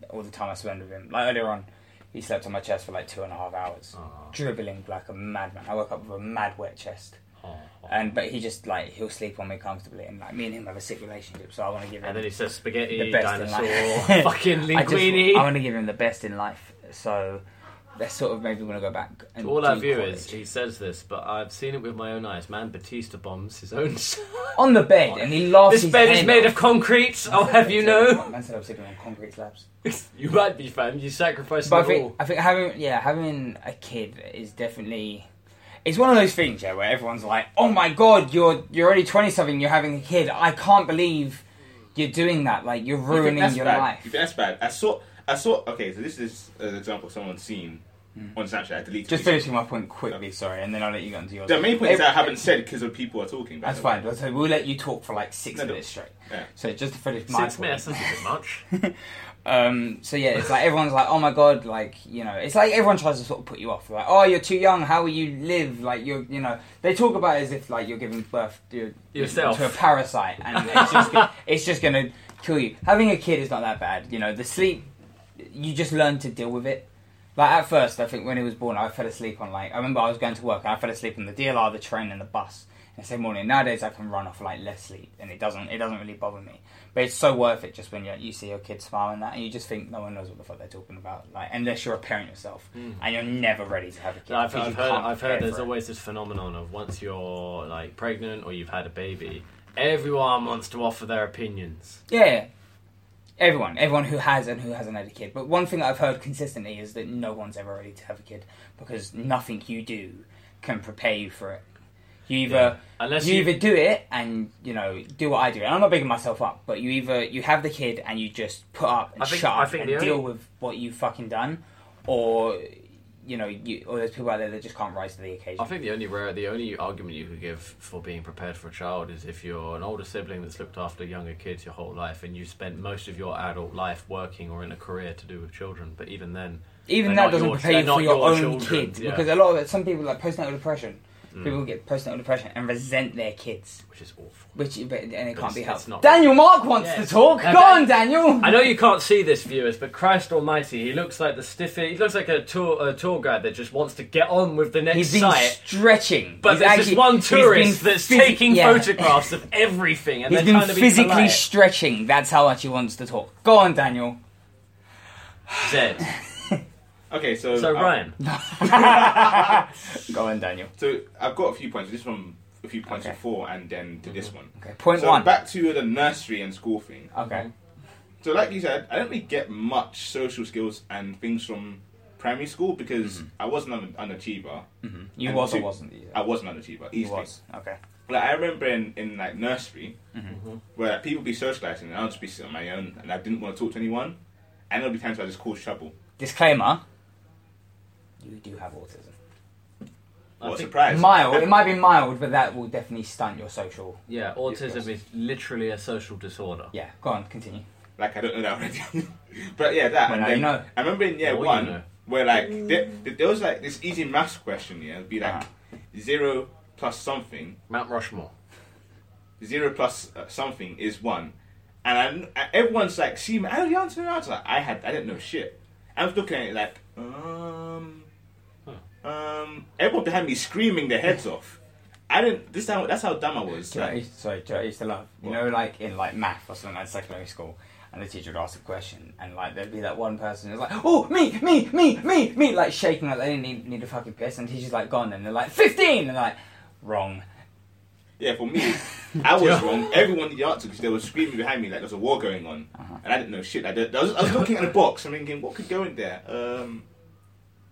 [SPEAKER 2] all the time I spend with him, like earlier on, he slept on my chest for like two and a half hours,
[SPEAKER 4] Aw.
[SPEAKER 2] dribbling like a madman. I woke up with a mad wet chest,
[SPEAKER 4] Oh.
[SPEAKER 2] and but he just like he'll sleep on me comfortably, and like me and him have a sick relationship, so I want to give him.
[SPEAKER 4] And then he says spaghetti,
[SPEAKER 2] The best in
[SPEAKER 4] dinosaur,
[SPEAKER 2] life.
[SPEAKER 4] fucking
[SPEAKER 2] I just-
[SPEAKER 4] linguine.
[SPEAKER 2] I want to give him the best in life, so that's sort of maybe want to go back. And
[SPEAKER 4] To all our
[SPEAKER 2] do
[SPEAKER 4] viewers,
[SPEAKER 2] college.
[SPEAKER 4] he says this, but I've seen it with my own eyes. Man, Batista bombs his own. son.
[SPEAKER 2] on the bed, and he laughs.
[SPEAKER 4] this bed is made of concrete. I'll have you know.
[SPEAKER 2] Man said I'm sleeping on concrete slabs.
[SPEAKER 4] You might be, fam. You sacrificed
[SPEAKER 2] But I
[SPEAKER 4] it
[SPEAKER 2] think
[SPEAKER 4] all.
[SPEAKER 2] I think having yeah having a kid is definitely It's one of those things, yeah, where everyone's like, "Oh my god, you're you're already twenty something, you're having a kid. I can't believe you're doing that. Like you're
[SPEAKER 5] You think
[SPEAKER 2] ruining
[SPEAKER 5] that's
[SPEAKER 2] your
[SPEAKER 5] bad?
[SPEAKER 2] life."
[SPEAKER 5] You think that's bad. I saw. I saw. Okay, so this is an example of someone seen on Snapchat. I deleted.
[SPEAKER 2] Hmm. Just
[SPEAKER 5] it.
[SPEAKER 2] finishing my point quickly, sorry, and then I'll let you get into yours.
[SPEAKER 5] The main point is that I
[SPEAKER 2] Every-
[SPEAKER 5] haven't said because of people are talking. About
[SPEAKER 2] That's
[SPEAKER 5] it.
[SPEAKER 2] fine. So we'll let you talk for like six
[SPEAKER 5] No, no.
[SPEAKER 2] minutes straight.
[SPEAKER 5] Yeah.
[SPEAKER 2] So just to finish my
[SPEAKER 4] Six
[SPEAKER 2] point.
[SPEAKER 4] minutes isn't a bit much.
[SPEAKER 2] Um, so yeah, it's like everyone's like, oh my god, like you know, it's like everyone tries to sort of put you off. Like, oh, you're too young. How will you live? Like you're, you know, they talk about it as if like you're giving birth to,
[SPEAKER 4] Yourself.
[SPEAKER 2] to a parasite, and it's just go- it's just gonna kill you. Having a kid is not that bad. You know, the sleep, you just learn to deal with it. Like at first, I think when he was born, I fell asleep on like I remember I was going to work and I fell asleep on the DLR, the train, and the bus. And the same morning. Nowadays, I can run off like less sleep, and it doesn't it doesn't really bother me. But it's so worth it just when you you see your kid smile and that, and you just think no one knows what the fuck they're talking about. Like unless you're a parent yourself, and you're never ready to have a kid.
[SPEAKER 4] Hmm. I've,
[SPEAKER 2] because
[SPEAKER 4] I've
[SPEAKER 2] you
[SPEAKER 4] heard,
[SPEAKER 2] can't
[SPEAKER 4] I've
[SPEAKER 2] prepare
[SPEAKER 4] heard there's
[SPEAKER 2] for it.
[SPEAKER 4] always this phenomenon of once you're like pregnant or you've had a baby, everyone wants to offer their opinions.
[SPEAKER 2] Yeah, yeah. Everyone, everyone who has and who hasn't had a kid. But one thing that I've heard consistently is that no one's ever ready to have a kid because nothing you do can prepare you for it. You either
[SPEAKER 4] Unless
[SPEAKER 2] you
[SPEAKER 4] you,
[SPEAKER 2] either do it and you know do what I do, and I'm not bigging myself up, but you either you have the kid and you just put up and
[SPEAKER 4] I think-
[SPEAKER 2] shut
[SPEAKER 4] I
[SPEAKER 2] up
[SPEAKER 4] think
[SPEAKER 2] and
[SPEAKER 4] the
[SPEAKER 2] deal
[SPEAKER 4] only-
[SPEAKER 2] with what you've fucking done, or you know, you, or there's people out there that just can't rise to the occasion.
[SPEAKER 4] I think the only rare, the only argument you could give for being prepared for a child is if you're an older sibling that's looked after younger kids your whole life and you spent most of your adult life working or in a career to do with children. But even then,
[SPEAKER 2] Even
[SPEAKER 4] They're
[SPEAKER 2] that
[SPEAKER 4] not
[SPEAKER 2] doesn't
[SPEAKER 4] your-
[SPEAKER 2] prepare
[SPEAKER 4] they're
[SPEAKER 2] you
[SPEAKER 4] not
[SPEAKER 2] for your,
[SPEAKER 4] your
[SPEAKER 2] own
[SPEAKER 4] children,
[SPEAKER 2] kids
[SPEAKER 4] yeah. Mm.
[SPEAKER 2] because a lot of some people like postnatal depression. People get postnatal depression and resent their kids,
[SPEAKER 4] which is awful.
[SPEAKER 2] which but- and it
[SPEAKER 4] it's-
[SPEAKER 2] can't be
[SPEAKER 4] it's
[SPEAKER 2] helped.
[SPEAKER 4] not-
[SPEAKER 2] Daniel Mark wants
[SPEAKER 4] Yeah.
[SPEAKER 2] to talk.
[SPEAKER 4] Uh,
[SPEAKER 2] Go
[SPEAKER 4] Dan-
[SPEAKER 2] on, Daniel.
[SPEAKER 4] I know you can't see this, viewers, but Christ Almighty, he looks like the stiffer. He looks like a tour a tour guide that just wants to get on with the next
[SPEAKER 2] He's been
[SPEAKER 4] site.
[SPEAKER 2] stretching,
[SPEAKER 4] But
[SPEAKER 2] He's
[SPEAKER 4] there's
[SPEAKER 2] actually-
[SPEAKER 4] this one
[SPEAKER 2] he's been
[SPEAKER 4] tourist that's
[SPEAKER 2] physi-
[SPEAKER 4] taking
[SPEAKER 2] yeah.
[SPEAKER 4] photographs of everything, and
[SPEAKER 2] He's
[SPEAKER 4] they're
[SPEAKER 2] been
[SPEAKER 4] trying to be
[SPEAKER 2] physically
[SPEAKER 4] polite.
[SPEAKER 2] stretching. That's how much he wants to talk. Go on, Daniel.
[SPEAKER 4] Zed.
[SPEAKER 5] Okay, so
[SPEAKER 2] Oh,
[SPEAKER 5] uh,
[SPEAKER 4] So
[SPEAKER 5] I-
[SPEAKER 4] Ryan,
[SPEAKER 2] Go on, Daniel.
[SPEAKER 5] So I've got a few points. This is from a few points
[SPEAKER 2] Okay.
[SPEAKER 5] before and then to this one.
[SPEAKER 2] Okay, point
[SPEAKER 5] So
[SPEAKER 2] one.
[SPEAKER 5] back to the nursery and school thing.
[SPEAKER 2] okay.
[SPEAKER 4] Mm-hmm.
[SPEAKER 5] So like you said, I didn't really get much social skills and things from primary school because
[SPEAKER 2] Mm-hmm.
[SPEAKER 5] I wasn't an an achiever.
[SPEAKER 2] You
[SPEAKER 5] And
[SPEAKER 2] was or
[SPEAKER 5] two-
[SPEAKER 2] wasn't you?
[SPEAKER 5] I wasn't an achiever.
[SPEAKER 2] You
[SPEAKER 5] easily.
[SPEAKER 2] was. Mm-hmm. Okay.
[SPEAKER 5] Like I remember in, in like nursery
[SPEAKER 4] Mm-hmm.
[SPEAKER 5] where like, people be socializing and I'll just be sitting on my own and I didn't want to talk to anyone. And there'll be times where I just caused trouble.
[SPEAKER 2] Disclaimer. You do have autism.
[SPEAKER 4] I
[SPEAKER 5] What a
[SPEAKER 4] think-
[SPEAKER 5] surprise!
[SPEAKER 2] Mild. It might be mild, but that will definitely stunt your social.
[SPEAKER 4] yeah, autism
[SPEAKER 5] Yes.
[SPEAKER 4] is literally a social disorder.
[SPEAKER 2] Yeah. Go on. Continue.
[SPEAKER 5] Like I don't know that already. but yeah, that.
[SPEAKER 2] Well,
[SPEAKER 5] and
[SPEAKER 2] now
[SPEAKER 5] then,
[SPEAKER 2] you know.
[SPEAKER 5] I remember in year
[SPEAKER 4] Now you
[SPEAKER 5] one
[SPEAKER 4] know.
[SPEAKER 5] where like there, there was like this easy maths question. Yeah, it'd be like
[SPEAKER 2] Ah.
[SPEAKER 5] zero plus something,
[SPEAKER 4] Mount Rushmore.
[SPEAKER 5] zero plus uh, something is one, and I kn- I, everyone's like, "See, man, how do you answer the answer?" I had, I didn't know shit. I was looking at it like, um, um, everyone behind me screaming their heads off. I didn't. This time, that's how dumb I was.
[SPEAKER 2] Do you know what I
[SPEAKER 5] Like,
[SPEAKER 2] used, sorry, do you know what I used to love? You
[SPEAKER 5] What?
[SPEAKER 2] know, like in like math or something like secondary school, and the teacher would ask a question, and like there'd be that one person who's like, "Oh, me, me, me, me, me," like shaking like they didn't need, need a fucking piss, and the teacher's like gone, and they're like fifteen, and they're like wrong.
[SPEAKER 5] yeah, for me, I was wrong. Everyone knew the answer because they were screaming behind me like there was a war going on, and I didn't know shit. I, did, I, was, I was looking at a box. I'm thinking, what could go in there? Um,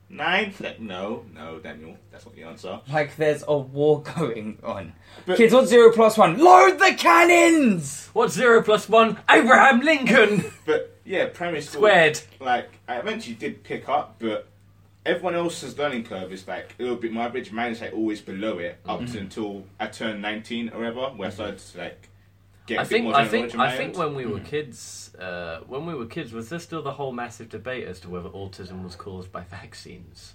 [SPEAKER 5] nine? Like, no, no, Daniel, that's not the answer.
[SPEAKER 2] Like there's a war going on.
[SPEAKER 5] But-
[SPEAKER 2] Kids, what's zero plus one? Load the cannons.
[SPEAKER 4] What's zero plus one? Abraham Lincoln
[SPEAKER 5] But yeah, primary school.
[SPEAKER 4] squared.
[SPEAKER 5] like I eventually did pick up, but everyone else's learning curve is like a little bit. My average mine is like always below it up
[SPEAKER 4] Mm-hmm.
[SPEAKER 5] to until I turned nineteen or whatever, where I started to like get a
[SPEAKER 4] I
[SPEAKER 5] bit
[SPEAKER 4] think
[SPEAKER 5] more
[SPEAKER 4] I
[SPEAKER 5] general knowledge
[SPEAKER 4] think
[SPEAKER 5] in my
[SPEAKER 4] I think
[SPEAKER 5] head.
[SPEAKER 4] when we were
[SPEAKER 2] Hmm.
[SPEAKER 4] kids, uh, when we were kids, was there still the whole massive debate as to whether autism was caused by vaccines?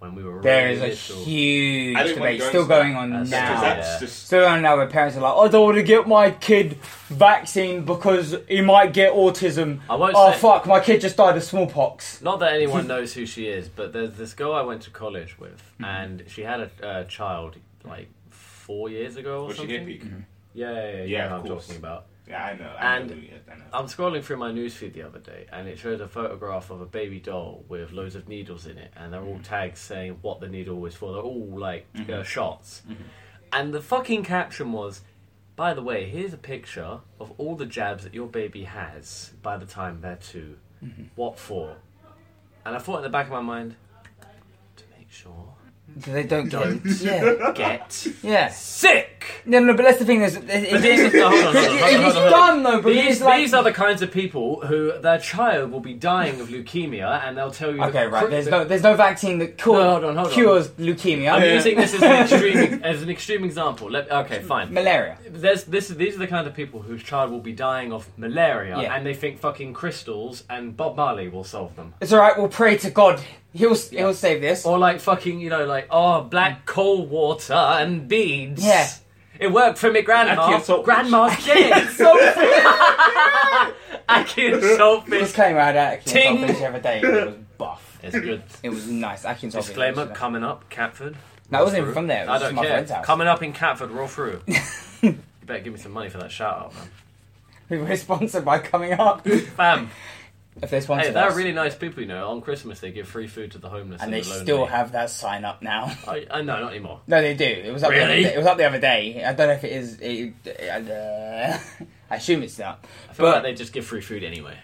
[SPEAKER 4] When we were
[SPEAKER 2] There
[SPEAKER 4] really
[SPEAKER 2] is a
[SPEAKER 4] little.
[SPEAKER 2] huge
[SPEAKER 5] I didn't want to
[SPEAKER 2] debate
[SPEAKER 5] go
[SPEAKER 2] still
[SPEAKER 5] into that.
[SPEAKER 2] going on
[SPEAKER 4] That's-
[SPEAKER 2] now.
[SPEAKER 5] because that's
[SPEAKER 4] Yeah.
[SPEAKER 5] just
[SPEAKER 2] Still going on now where parents are like, I don't want to get my kid vaccine because he might get autism.
[SPEAKER 4] I won't
[SPEAKER 2] oh
[SPEAKER 4] say-
[SPEAKER 2] fuck, my kid just died of smallpox.
[SPEAKER 4] Not that anyone knows who she is, but there's this girl I went to college with,
[SPEAKER 2] Hmm.
[SPEAKER 4] and she had a uh, child like four years ago or
[SPEAKER 5] was she
[SPEAKER 4] something.
[SPEAKER 5] hippie?
[SPEAKER 2] Mm-hmm.
[SPEAKER 4] Yeah, yeah, yeah, you
[SPEAKER 5] Yeah,
[SPEAKER 4] know
[SPEAKER 5] of
[SPEAKER 4] what I'm
[SPEAKER 5] course.
[SPEAKER 4] talking about.
[SPEAKER 5] Yeah, I know. I
[SPEAKER 4] And-
[SPEAKER 5] know, yeah, I know.
[SPEAKER 4] I'm scrolling through my newsfeed the other day, and it showed a photograph of a baby doll with loads of needles in it, and they're all tags saying what the needle was for. They're all like uh, shots, and the fucking caption was. By the way, here's a picture of all the jabs that your baby has by the time they're 2 What for? And I thought in the back of my mind, to make sure
[SPEAKER 2] They don't get.
[SPEAKER 4] Don't.
[SPEAKER 2] Yeah.
[SPEAKER 4] Get
[SPEAKER 2] Yeah.
[SPEAKER 4] sick.
[SPEAKER 2] No, no, but that's the thing. Is, it, it,
[SPEAKER 4] this is- no, hold on, hold on, hold on, hold on,
[SPEAKER 2] it's
[SPEAKER 4] hold on.
[SPEAKER 2] done though. But
[SPEAKER 4] These,
[SPEAKER 2] it's like,
[SPEAKER 4] these are the kinds of people who their child will be dying of leukemia, and they'll tell you. the
[SPEAKER 2] Okay, right.
[SPEAKER 4] cr-
[SPEAKER 2] There's
[SPEAKER 4] the-
[SPEAKER 2] no, there's no vaccine that cure,
[SPEAKER 4] No, hold on, hold on.
[SPEAKER 2] cures leukemia.
[SPEAKER 4] I'm using this as an extreme as an extreme example. Let, okay, fine.
[SPEAKER 2] malaria.
[SPEAKER 4] There's, this, these are the kind of people whose child will be dying of malaria,
[SPEAKER 2] Yeah.
[SPEAKER 4] and they think fucking crystals and Bob Marley will solve them.
[SPEAKER 2] It's all right. We'll pray to God. He'll he'll save this.
[SPEAKER 4] Or like fucking, you know, like oh, black coal water and beads.
[SPEAKER 2] Mm. Yeah.
[SPEAKER 4] It worked for me, grandma.
[SPEAKER 5] Ackee and saltfish.
[SPEAKER 4] Grandma's dead.
[SPEAKER 2] So it
[SPEAKER 4] Aki and
[SPEAKER 2] was
[SPEAKER 4] saltfish.
[SPEAKER 2] came out at
[SPEAKER 4] Ting.
[SPEAKER 2] Akin the other day. and It was buff.
[SPEAKER 4] It's good.
[SPEAKER 2] It was nice. Akin
[SPEAKER 4] Disclaimer coming up, Catford.
[SPEAKER 2] No, it wasn't even from there. It was just
[SPEAKER 4] I don't
[SPEAKER 2] my
[SPEAKER 4] care.
[SPEAKER 2] friend's house.
[SPEAKER 4] Coming up in Catford, roll through. you better give me some money for that shout out, man.
[SPEAKER 2] We were sponsored by coming up. if
[SPEAKER 4] Bam.
[SPEAKER 2] they sponsored
[SPEAKER 4] Hey, they're
[SPEAKER 2] us,
[SPEAKER 4] really nice people, you know. On Christmas, they give free food to the homeless
[SPEAKER 2] and
[SPEAKER 4] and,
[SPEAKER 2] they
[SPEAKER 4] the lonely.
[SPEAKER 2] still have that sign up now.
[SPEAKER 4] I, I no, not anymore.
[SPEAKER 2] No, they do. It was up. The other
[SPEAKER 4] Really?
[SPEAKER 2] day. It was up the other day. I don't know if it is. It, uh, I assume it's not.
[SPEAKER 4] I feel
[SPEAKER 2] But
[SPEAKER 4] like they just give free food anyway.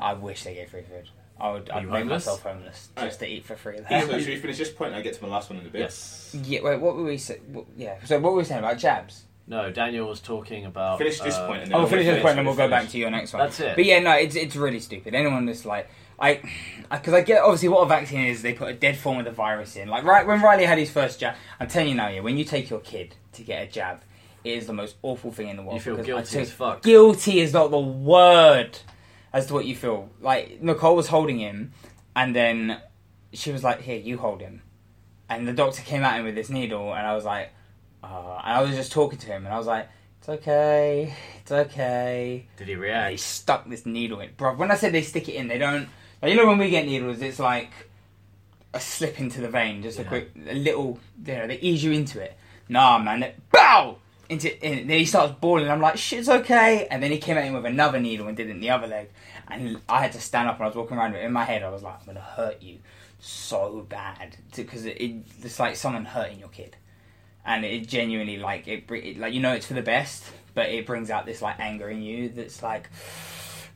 [SPEAKER 2] I wish they gave free food. I would. I'd
[SPEAKER 4] you
[SPEAKER 2] make
[SPEAKER 4] homeless?
[SPEAKER 2] myself homeless just to eat for free.
[SPEAKER 5] So should we finish this point? and I get to my last one in a bit.
[SPEAKER 4] Yes.
[SPEAKER 2] Yeah. Wait. What were we? Say, what, yeah. So what were we saying about jabs?
[SPEAKER 4] No, Daniel was talking about
[SPEAKER 5] Finish this
[SPEAKER 4] uh,
[SPEAKER 5] point and then
[SPEAKER 2] Oh,
[SPEAKER 5] I'll
[SPEAKER 2] we'll finish
[SPEAKER 5] wait
[SPEAKER 2] this
[SPEAKER 5] for
[SPEAKER 2] point, and we'll go
[SPEAKER 4] finish.
[SPEAKER 2] back to your next one.
[SPEAKER 4] That's it.
[SPEAKER 2] But yeah, no, it's it's really stupid. Anyone that's like. I, because Uh, I get obviously what a vaccine is, they put a dead form of the virus in. Like right when Riley had his first jab, I'm telling you now, yeah, when you take your kid to get a jab, it is the most awful thing in the world.
[SPEAKER 4] You feel
[SPEAKER 2] because I
[SPEAKER 4] guilty
[SPEAKER 2] took-
[SPEAKER 4] as fuck.
[SPEAKER 2] Guilty is not the word as to what you feel. Like Nicole was holding him, and then she was like, "Here, you hold him," and the doctor came at him with this needle, and I was like, uh, and I was just talking to him, and I was like, "It's okay, it's okay."
[SPEAKER 4] Did he
[SPEAKER 2] They
[SPEAKER 4] react?
[SPEAKER 2] stuck this needle in, bruv. When I said they stick it in, they don't. Like, you know, when we get needles, it's like a slip into the vein, just a
[SPEAKER 4] Yeah.
[SPEAKER 2] quick, a little. You know, they ease you into it. Nah, man, they, bow into. In, then he starts bawling. I'm like, shit's okay. And then he came at him with another needle and did it in the other leg. And I had to stand up and I was walking around. with it In my head, I was like, I'm gonna hurt you so bad because it, it, it's like someone hurting your kid and it genuinely like it, br- it like you know it's for the best but it brings out this like anger in you that's like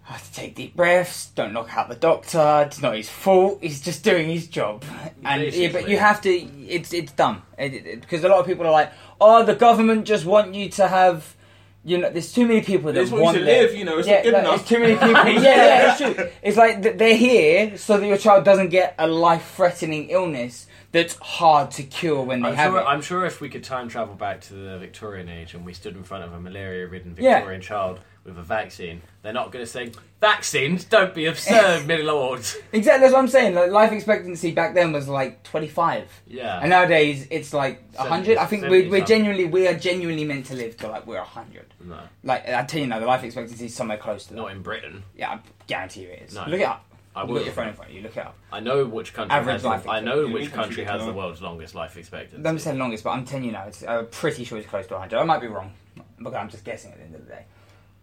[SPEAKER 2] I have to take deep breaths don't knock out the doctor it's not his fault he's just doing his job and yeah, but
[SPEAKER 4] Basically.
[SPEAKER 2] you have to it's it's dumb because it, it, 'cause a lot of people are like oh the government just want you to have you know, there's too many people that
[SPEAKER 5] They just want you
[SPEAKER 2] want
[SPEAKER 5] to
[SPEAKER 2] their-
[SPEAKER 5] live, you know, it's not good
[SPEAKER 2] like,
[SPEAKER 5] enough.
[SPEAKER 2] It's too many people. yeah, yeah, it's true. It's like th- they're here so that your child doesn't get a life-threatening illness that's hard to cure when they
[SPEAKER 4] I'm
[SPEAKER 2] have
[SPEAKER 4] sure,
[SPEAKER 2] it.
[SPEAKER 4] I'm sure if we could time travel back to the Victorian age and we stood in front of a malaria ridden
[SPEAKER 2] Yeah.
[SPEAKER 4] Victorian child with a vaccine, they're not going to say, Vaccines, don't be absurd, my lord.
[SPEAKER 2] Exactly, that's what I'm saying. Like life expectancy back then was like 25,
[SPEAKER 4] Yeah.
[SPEAKER 2] and nowadays it's like 100. I think we're,
[SPEAKER 4] 70s,
[SPEAKER 2] we're
[SPEAKER 4] huh?
[SPEAKER 2] genuinely we are genuinely meant to live till like we're 100.
[SPEAKER 4] No,
[SPEAKER 2] Like I tell you now, the life expectancy is somewhere close to that.
[SPEAKER 4] not in Britain.
[SPEAKER 2] Yeah, I guarantee you it is.
[SPEAKER 4] No.
[SPEAKER 2] Look it up.
[SPEAKER 4] I
[SPEAKER 2] You've
[SPEAKER 4] will.
[SPEAKER 2] got your phone in front of you. Look it up.
[SPEAKER 4] I know which country
[SPEAKER 2] Average
[SPEAKER 4] has
[SPEAKER 2] life
[SPEAKER 4] the, I know
[SPEAKER 5] expectancy.
[SPEAKER 4] which
[SPEAKER 5] Any country
[SPEAKER 4] country has
[SPEAKER 5] can.
[SPEAKER 4] the world's longest life expectancy.
[SPEAKER 2] Don't say longest, but I'm telling you now, it's, I'm pretty sure it's close to 100. I might be wrong, but I'm just guessing at the end of the day.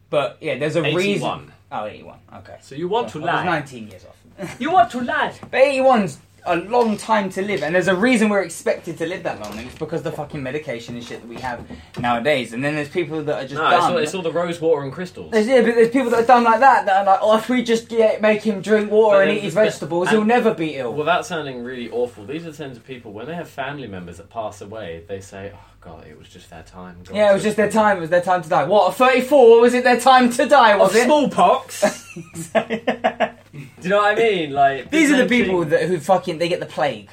[SPEAKER 2] But yeah, there's a
[SPEAKER 4] 81.
[SPEAKER 2] reason. Oh, 81. Okay.
[SPEAKER 4] So you want to
[SPEAKER 2] I was
[SPEAKER 4] lie.
[SPEAKER 2] 19 years off.
[SPEAKER 4] You want to lie.
[SPEAKER 2] But 81's a long time to live, and there's a reason we're expected to live that long, and it's because the fucking medication and shit that we have nowadays. And then there's people that are just
[SPEAKER 4] No, it's
[SPEAKER 2] dumb.
[SPEAKER 4] all, it's all the rose water and crystals.
[SPEAKER 2] there's, yeah, but there's people that are dumb like that that are like, oh, if we just get, make him drink water
[SPEAKER 4] But
[SPEAKER 2] and
[SPEAKER 4] then-
[SPEAKER 2] eat his vegetables, he'll
[SPEAKER 4] and-
[SPEAKER 2] never be ill.
[SPEAKER 4] Without sounding really awful, these are the kinds of people when they have family members that pass away, they say, "Oh God, it was just their time." God,
[SPEAKER 2] yeah, it was just their time. It was their time to die. What? at Thirty-four? Was it their time to die?
[SPEAKER 4] Of
[SPEAKER 2] Was it?
[SPEAKER 4] smallpox. Do you know what I mean? Like
[SPEAKER 2] These are the people
[SPEAKER 4] presenting-
[SPEAKER 2] that who fucking they get the plague,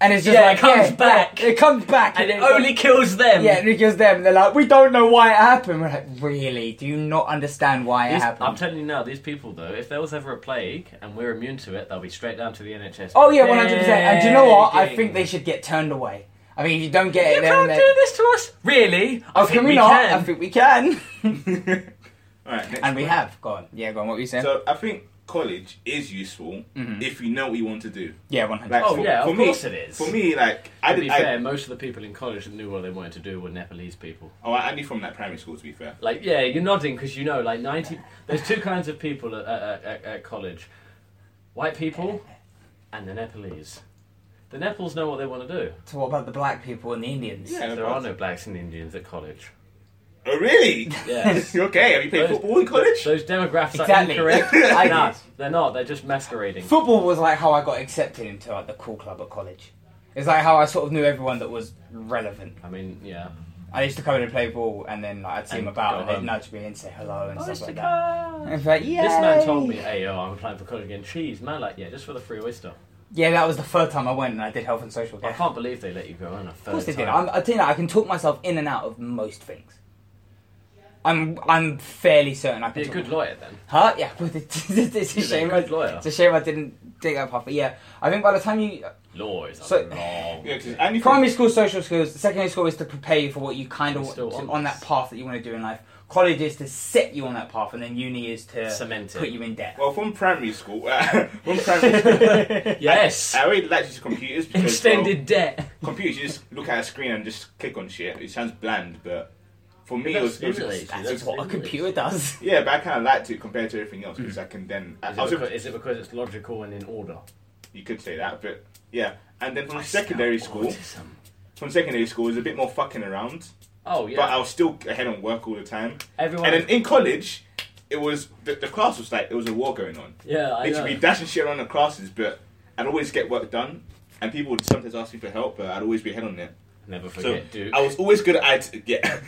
[SPEAKER 2] and it's just
[SPEAKER 4] Yeah, it
[SPEAKER 2] like
[SPEAKER 4] comes
[SPEAKER 2] yeah, yeah,
[SPEAKER 4] back.
[SPEAKER 2] it comes back,
[SPEAKER 4] and it
[SPEAKER 2] it's
[SPEAKER 4] only kills them.
[SPEAKER 2] Yeah, and it gives them. They're like, we don't know why it happened. We're like, really? Do you not understand why it
[SPEAKER 4] These-
[SPEAKER 2] happened?
[SPEAKER 4] I'm telling you now, these people though, if there was ever a plague and we're immune to it, they'll be straight down to the NHS.
[SPEAKER 2] oh yeah, one hundred percent. And do you know what? I
[SPEAKER 4] Begging.
[SPEAKER 2] think they should get turned away. I mean, if you don't get
[SPEAKER 4] You
[SPEAKER 2] it, then
[SPEAKER 4] can't
[SPEAKER 2] they-
[SPEAKER 4] do this to us, really? I
[SPEAKER 2] Oh,
[SPEAKER 4] think
[SPEAKER 2] can we,
[SPEAKER 4] we
[SPEAKER 2] not?
[SPEAKER 4] can.
[SPEAKER 2] I think we can,
[SPEAKER 5] All right, next
[SPEAKER 2] and we
[SPEAKER 5] point.
[SPEAKER 2] have. Go on. Yeah, Mm-hmm. go on. What were you saying?
[SPEAKER 5] So I think college is useful if you know what you want to do.
[SPEAKER 2] yeah, one hundred.
[SPEAKER 5] Like,
[SPEAKER 4] Oh,
[SPEAKER 5] for,
[SPEAKER 4] yeah,
[SPEAKER 5] for
[SPEAKER 4] of
[SPEAKER 5] me,
[SPEAKER 4] course it is.
[SPEAKER 5] For me, like I
[SPEAKER 4] to be
[SPEAKER 5] did. I,
[SPEAKER 4] fair, most of the people in college that knew what they wanted to do were Nepalese people.
[SPEAKER 5] oh, I I knew from like primary school. To be fair,
[SPEAKER 4] Like, yeah, you're nodding because you know, like, 90. There's two kinds of people at, at, at, at college white people and the Nepalese. The Nepals know what they want to do.
[SPEAKER 2] So what about the black people and the Indians?
[SPEAKER 5] Yeah.
[SPEAKER 4] there are no blacks and Indians at college.
[SPEAKER 5] oh really?
[SPEAKER 4] Yes.
[SPEAKER 5] okay, have you played
[SPEAKER 4] Those-
[SPEAKER 5] football in college?
[SPEAKER 4] Those demographics
[SPEAKER 2] Exactly.
[SPEAKER 4] are incorrect.
[SPEAKER 2] I
[SPEAKER 4] no,
[SPEAKER 2] did.
[SPEAKER 4] they're not. They're just masquerading.
[SPEAKER 2] Football was like how I got accepted into like the cool club at college. It's like how I sort of knew everyone that was relevant.
[SPEAKER 4] I mean, yeah.
[SPEAKER 2] I used to come in and play ball, and then like, I'd see
[SPEAKER 4] And
[SPEAKER 2] them about,
[SPEAKER 4] go
[SPEAKER 2] and they'd
[SPEAKER 4] home.
[SPEAKER 2] nudge me and say hello and stuff like that. And
[SPEAKER 4] This
[SPEAKER 2] it's like, yeah.
[SPEAKER 4] man told me, hey, yo, I'm applying for college again. Cheese, man, like, yeah, just for the free oyster.
[SPEAKER 2] Yeah, that was the third time I went, and I did health and social
[SPEAKER 4] I
[SPEAKER 2] care.
[SPEAKER 4] can't believe they let you go on a third
[SPEAKER 2] Of course they did.
[SPEAKER 4] time.
[SPEAKER 2] I'm, I tell you, that, I can talk myself in and out of most things. I'm I'm fairly certain I can.
[SPEAKER 4] Be a
[SPEAKER 2] talk
[SPEAKER 4] good lawyer then.
[SPEAKER 2] Huh? Yeah, but it's, it's a
[SPEAKER 4] You're
[SPEAKER 2] shame.
[SPEAKER 4] a
[SPEAKER 2] I,
[SPEAKER 4] good lawyer.
[SPEAKER 2] it's a shame I didn't dig that part. But yeah, I think by the time you
[SPEAKER 4] Law is
[SPEAKER 2] So-
[SPEAKER 4] so, long.
[SPEAKER 5] Yeah, 'cause and you
[SPEAKER 2] primary school social skills, secondary school is to prepare you for what you kind of
[SPEAKER 4] We're
[SPEAKER 2] want
[SPEAKER 4] still
[SPEAKER 2] to-
[SPEAKER 4] on
[SPEAKER 2] on
[SPEAKER 4] this.
[SPEAKER 2] that path that you want to do in life. College is to set you on that path, and then uni is to
[SPEAKER 4] Cement it.
[SPEAKER 2] put you in debt.
[SPEAKER 5] Well, from primary school, uh, from primary school,
[SPEAKER 4] Yes.
[SPEAKER 5] I already like to use computers. Because,
[SPEAKER 4] Extended debt.
[SPEAKER 5] Well, computers, you just look at a screen and just click on shit. It sounds bland, but for me, it
[SPEAKER 4] That's
[SPEAKER 5] was, it was-
[SPEAKER 4] stimulating.
[SPEAKER 2] That's,
[SPEAKER 4] that's
[SPEAKER 2] what a
[SPEAKER 4] really
[SPEAKER 2] computer
[SPEAKER 4] rich.
[SPEAKER 2] does.
[SPEAKER 5] yeah, but I kind of liked it compared to everything else because I can then. I,
[SPEAKER 4] Mm. Is
[SPEAKER 5] I
[SPEAKER 4] it,
[SPEAKER 5] was
[SPEAKER 4] because,
[SPEAKER 5] a,
[SPEAKER 4] is it because it's logical and in order?
[SPEAKER 5] you could say that, but yeah. And then from secondary school,
[SPEAKER 4] Autism.
[SPEAKER 5] from secondary school, it was a bit more fucking around,
[SPEAKER 4] Oh, yeah.
[SPEAKER 5] but I was still ahead on work all the time.
[SPEAKER 4] Everyone.
[SPEAKER 5] And then in college, it was the, the class was like it was a war going on.
[SPEAKER 4] yeah, I know.
[SPEAKER 5] Literally be dashing shit around the classes, but I'd always get work done, and people would sometimes ask me for help, but I'd always be ahead on it.
[SPEAKER 4] Never
[SPEAKER 5] So
[SPEAKER 4] forget, dude.
[SPEAKER 5] I was always good at it. Yeah,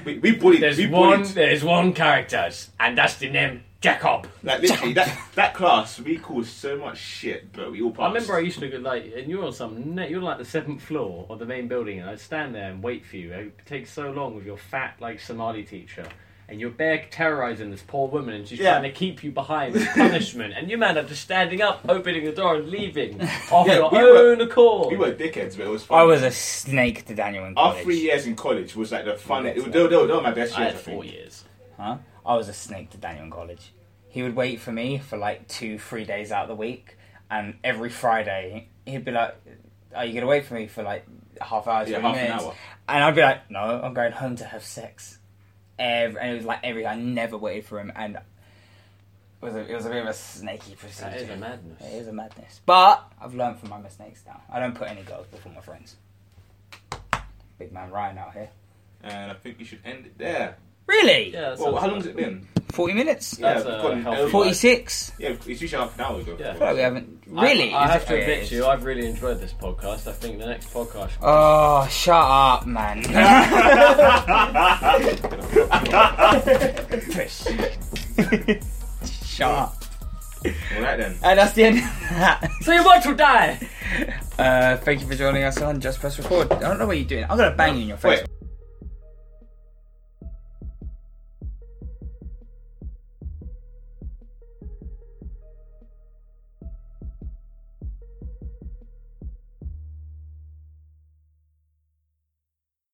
[SPEAKER 5] we, we bullied.
[SPEAKER 4] There's
[SPEAKER 5] we
[SPEAKER 4] one.
[SPEAKER 5] bullied.
[SPEAKER 4] There's one character, and that's the name Jacob.
[SPEAKER 5] Like literally, that that class we caused so much shit, but we all passed.
[SPEAKER 4] I remember I used to go like, and you're on some, net, you're like the seventh floor of the main building, and I'd stand there and wait for you. It takes so long with your fat like Somali teacher, and you're bare terrorizing this poor woman, and she's
[SPEAKER 5] Yeah.
[SPEAKER 4] trying to keep you behind with punishment, and you man are just standing up, opening the door, and leaving of
[SPEAKER 5] Yeah,
[SPEAKER 4] your
[SPEAKER 5] we were-
[SPEAKER 4] own accord.
[SPEAKER 5] we were dickheds, but it was fun.
[SPEAKER 2] I was a snake to Daniel in
[SPEAKER 5] Our
[SPEAKER 2] college.
[SPEAKER 5] three years in college was like the fun.
[SPEAKER 2] We'll
[SPEAKER 5] It
[SPEAKER 2] get
[SPEAKER 5] was,
[SPEAKER 2] to
[SPEAKER 5] they, were, they, were, they were my best
[SPEAKER 4] I
[SPEAKER 5] years. I
[SPEAKER 4] had
[SPEAKER 5] think.
[SPEAKER 4] four years.
[SPEAKER 2] Huh? I was a snake to Daniel in college. He would wait for me for like two, three days out of the week, and every Friday he'd be like, "Are you gonna wait for me for like half hour,
[SPEAKER 5] Yeah,
[SPEAKER 2] 20
[SPEAKER 5] half an
[SPEAKER 2] minutes?"
[SPEAKER 5] hour.
[SPEAKER 2] And I'd be like, "No, I'm going home to have sex." Every, and it was like every I never waited for him, and it was a, it was a bit of a snaky procedure.
[SPEAKER 4] That is a madness.
[SPEAKER 2] It is a madness, but I've learned from my mistakes now. I don't put any girls before my friends. Big man Ryan out here.
[SPEAKER 5] And I think you should end it there.
[SPEAKER 2] Really?
[SPEAKER 4] Yeah. that
[SPEAKER 5] Well,
[SPEAKER 4] sounds
[SPEAKER 5] how long has
[SPEAKER 4] good.
[SPEAKER 5] it been?
[SPEAKER 2] Forty minutes.
[SPEAKER 5] Yeah,
[SPEAKER 4] That's
[SPEAKER 5] we've
[SPEAKER 4] a
[SPEAKER 5] got an
[SPEAKER 4] healthy
[SPEAKER 5] hour.
[SPEAKER 4] life.
[SPEAKER 2] Forty-six.
[SPEAKER 5] Yeah, it's usually half an hour ago.
[SPEAKER 4] Yeah.
[SPEAKER 2] I feel like we haven't
[SPEAKER 4] I-
[SPEAKER 2] really.
[SPEAKER 4] I,
[SPEAKER 2] is
[SPEAKER 4] have
[SPEAKER 2] it-
[SPEAKER 4] to
[SPEAKER 2] oh, yeah,
[SPEAKER 4] admit
[SPEAKER 2] it
[SPEAKER 4] to
[SPEAKER 2] is.
[SPEAKER 4] you, I've really enjoyed this podcast. I think the next podcast.
[SPEAKER 2] Oh, shut up, man. shut up.
[SPEAKER 5] All right then.
[SPEAKER 2] And that's the end of that.
[SPEAKER 4] so you want to die?
[SPEAKER 2] Uh, thank you for joining us on Just Press Record. I don't know what you're doing. I'm gonna bang you in your face.
[SPEAKER 5] Wait.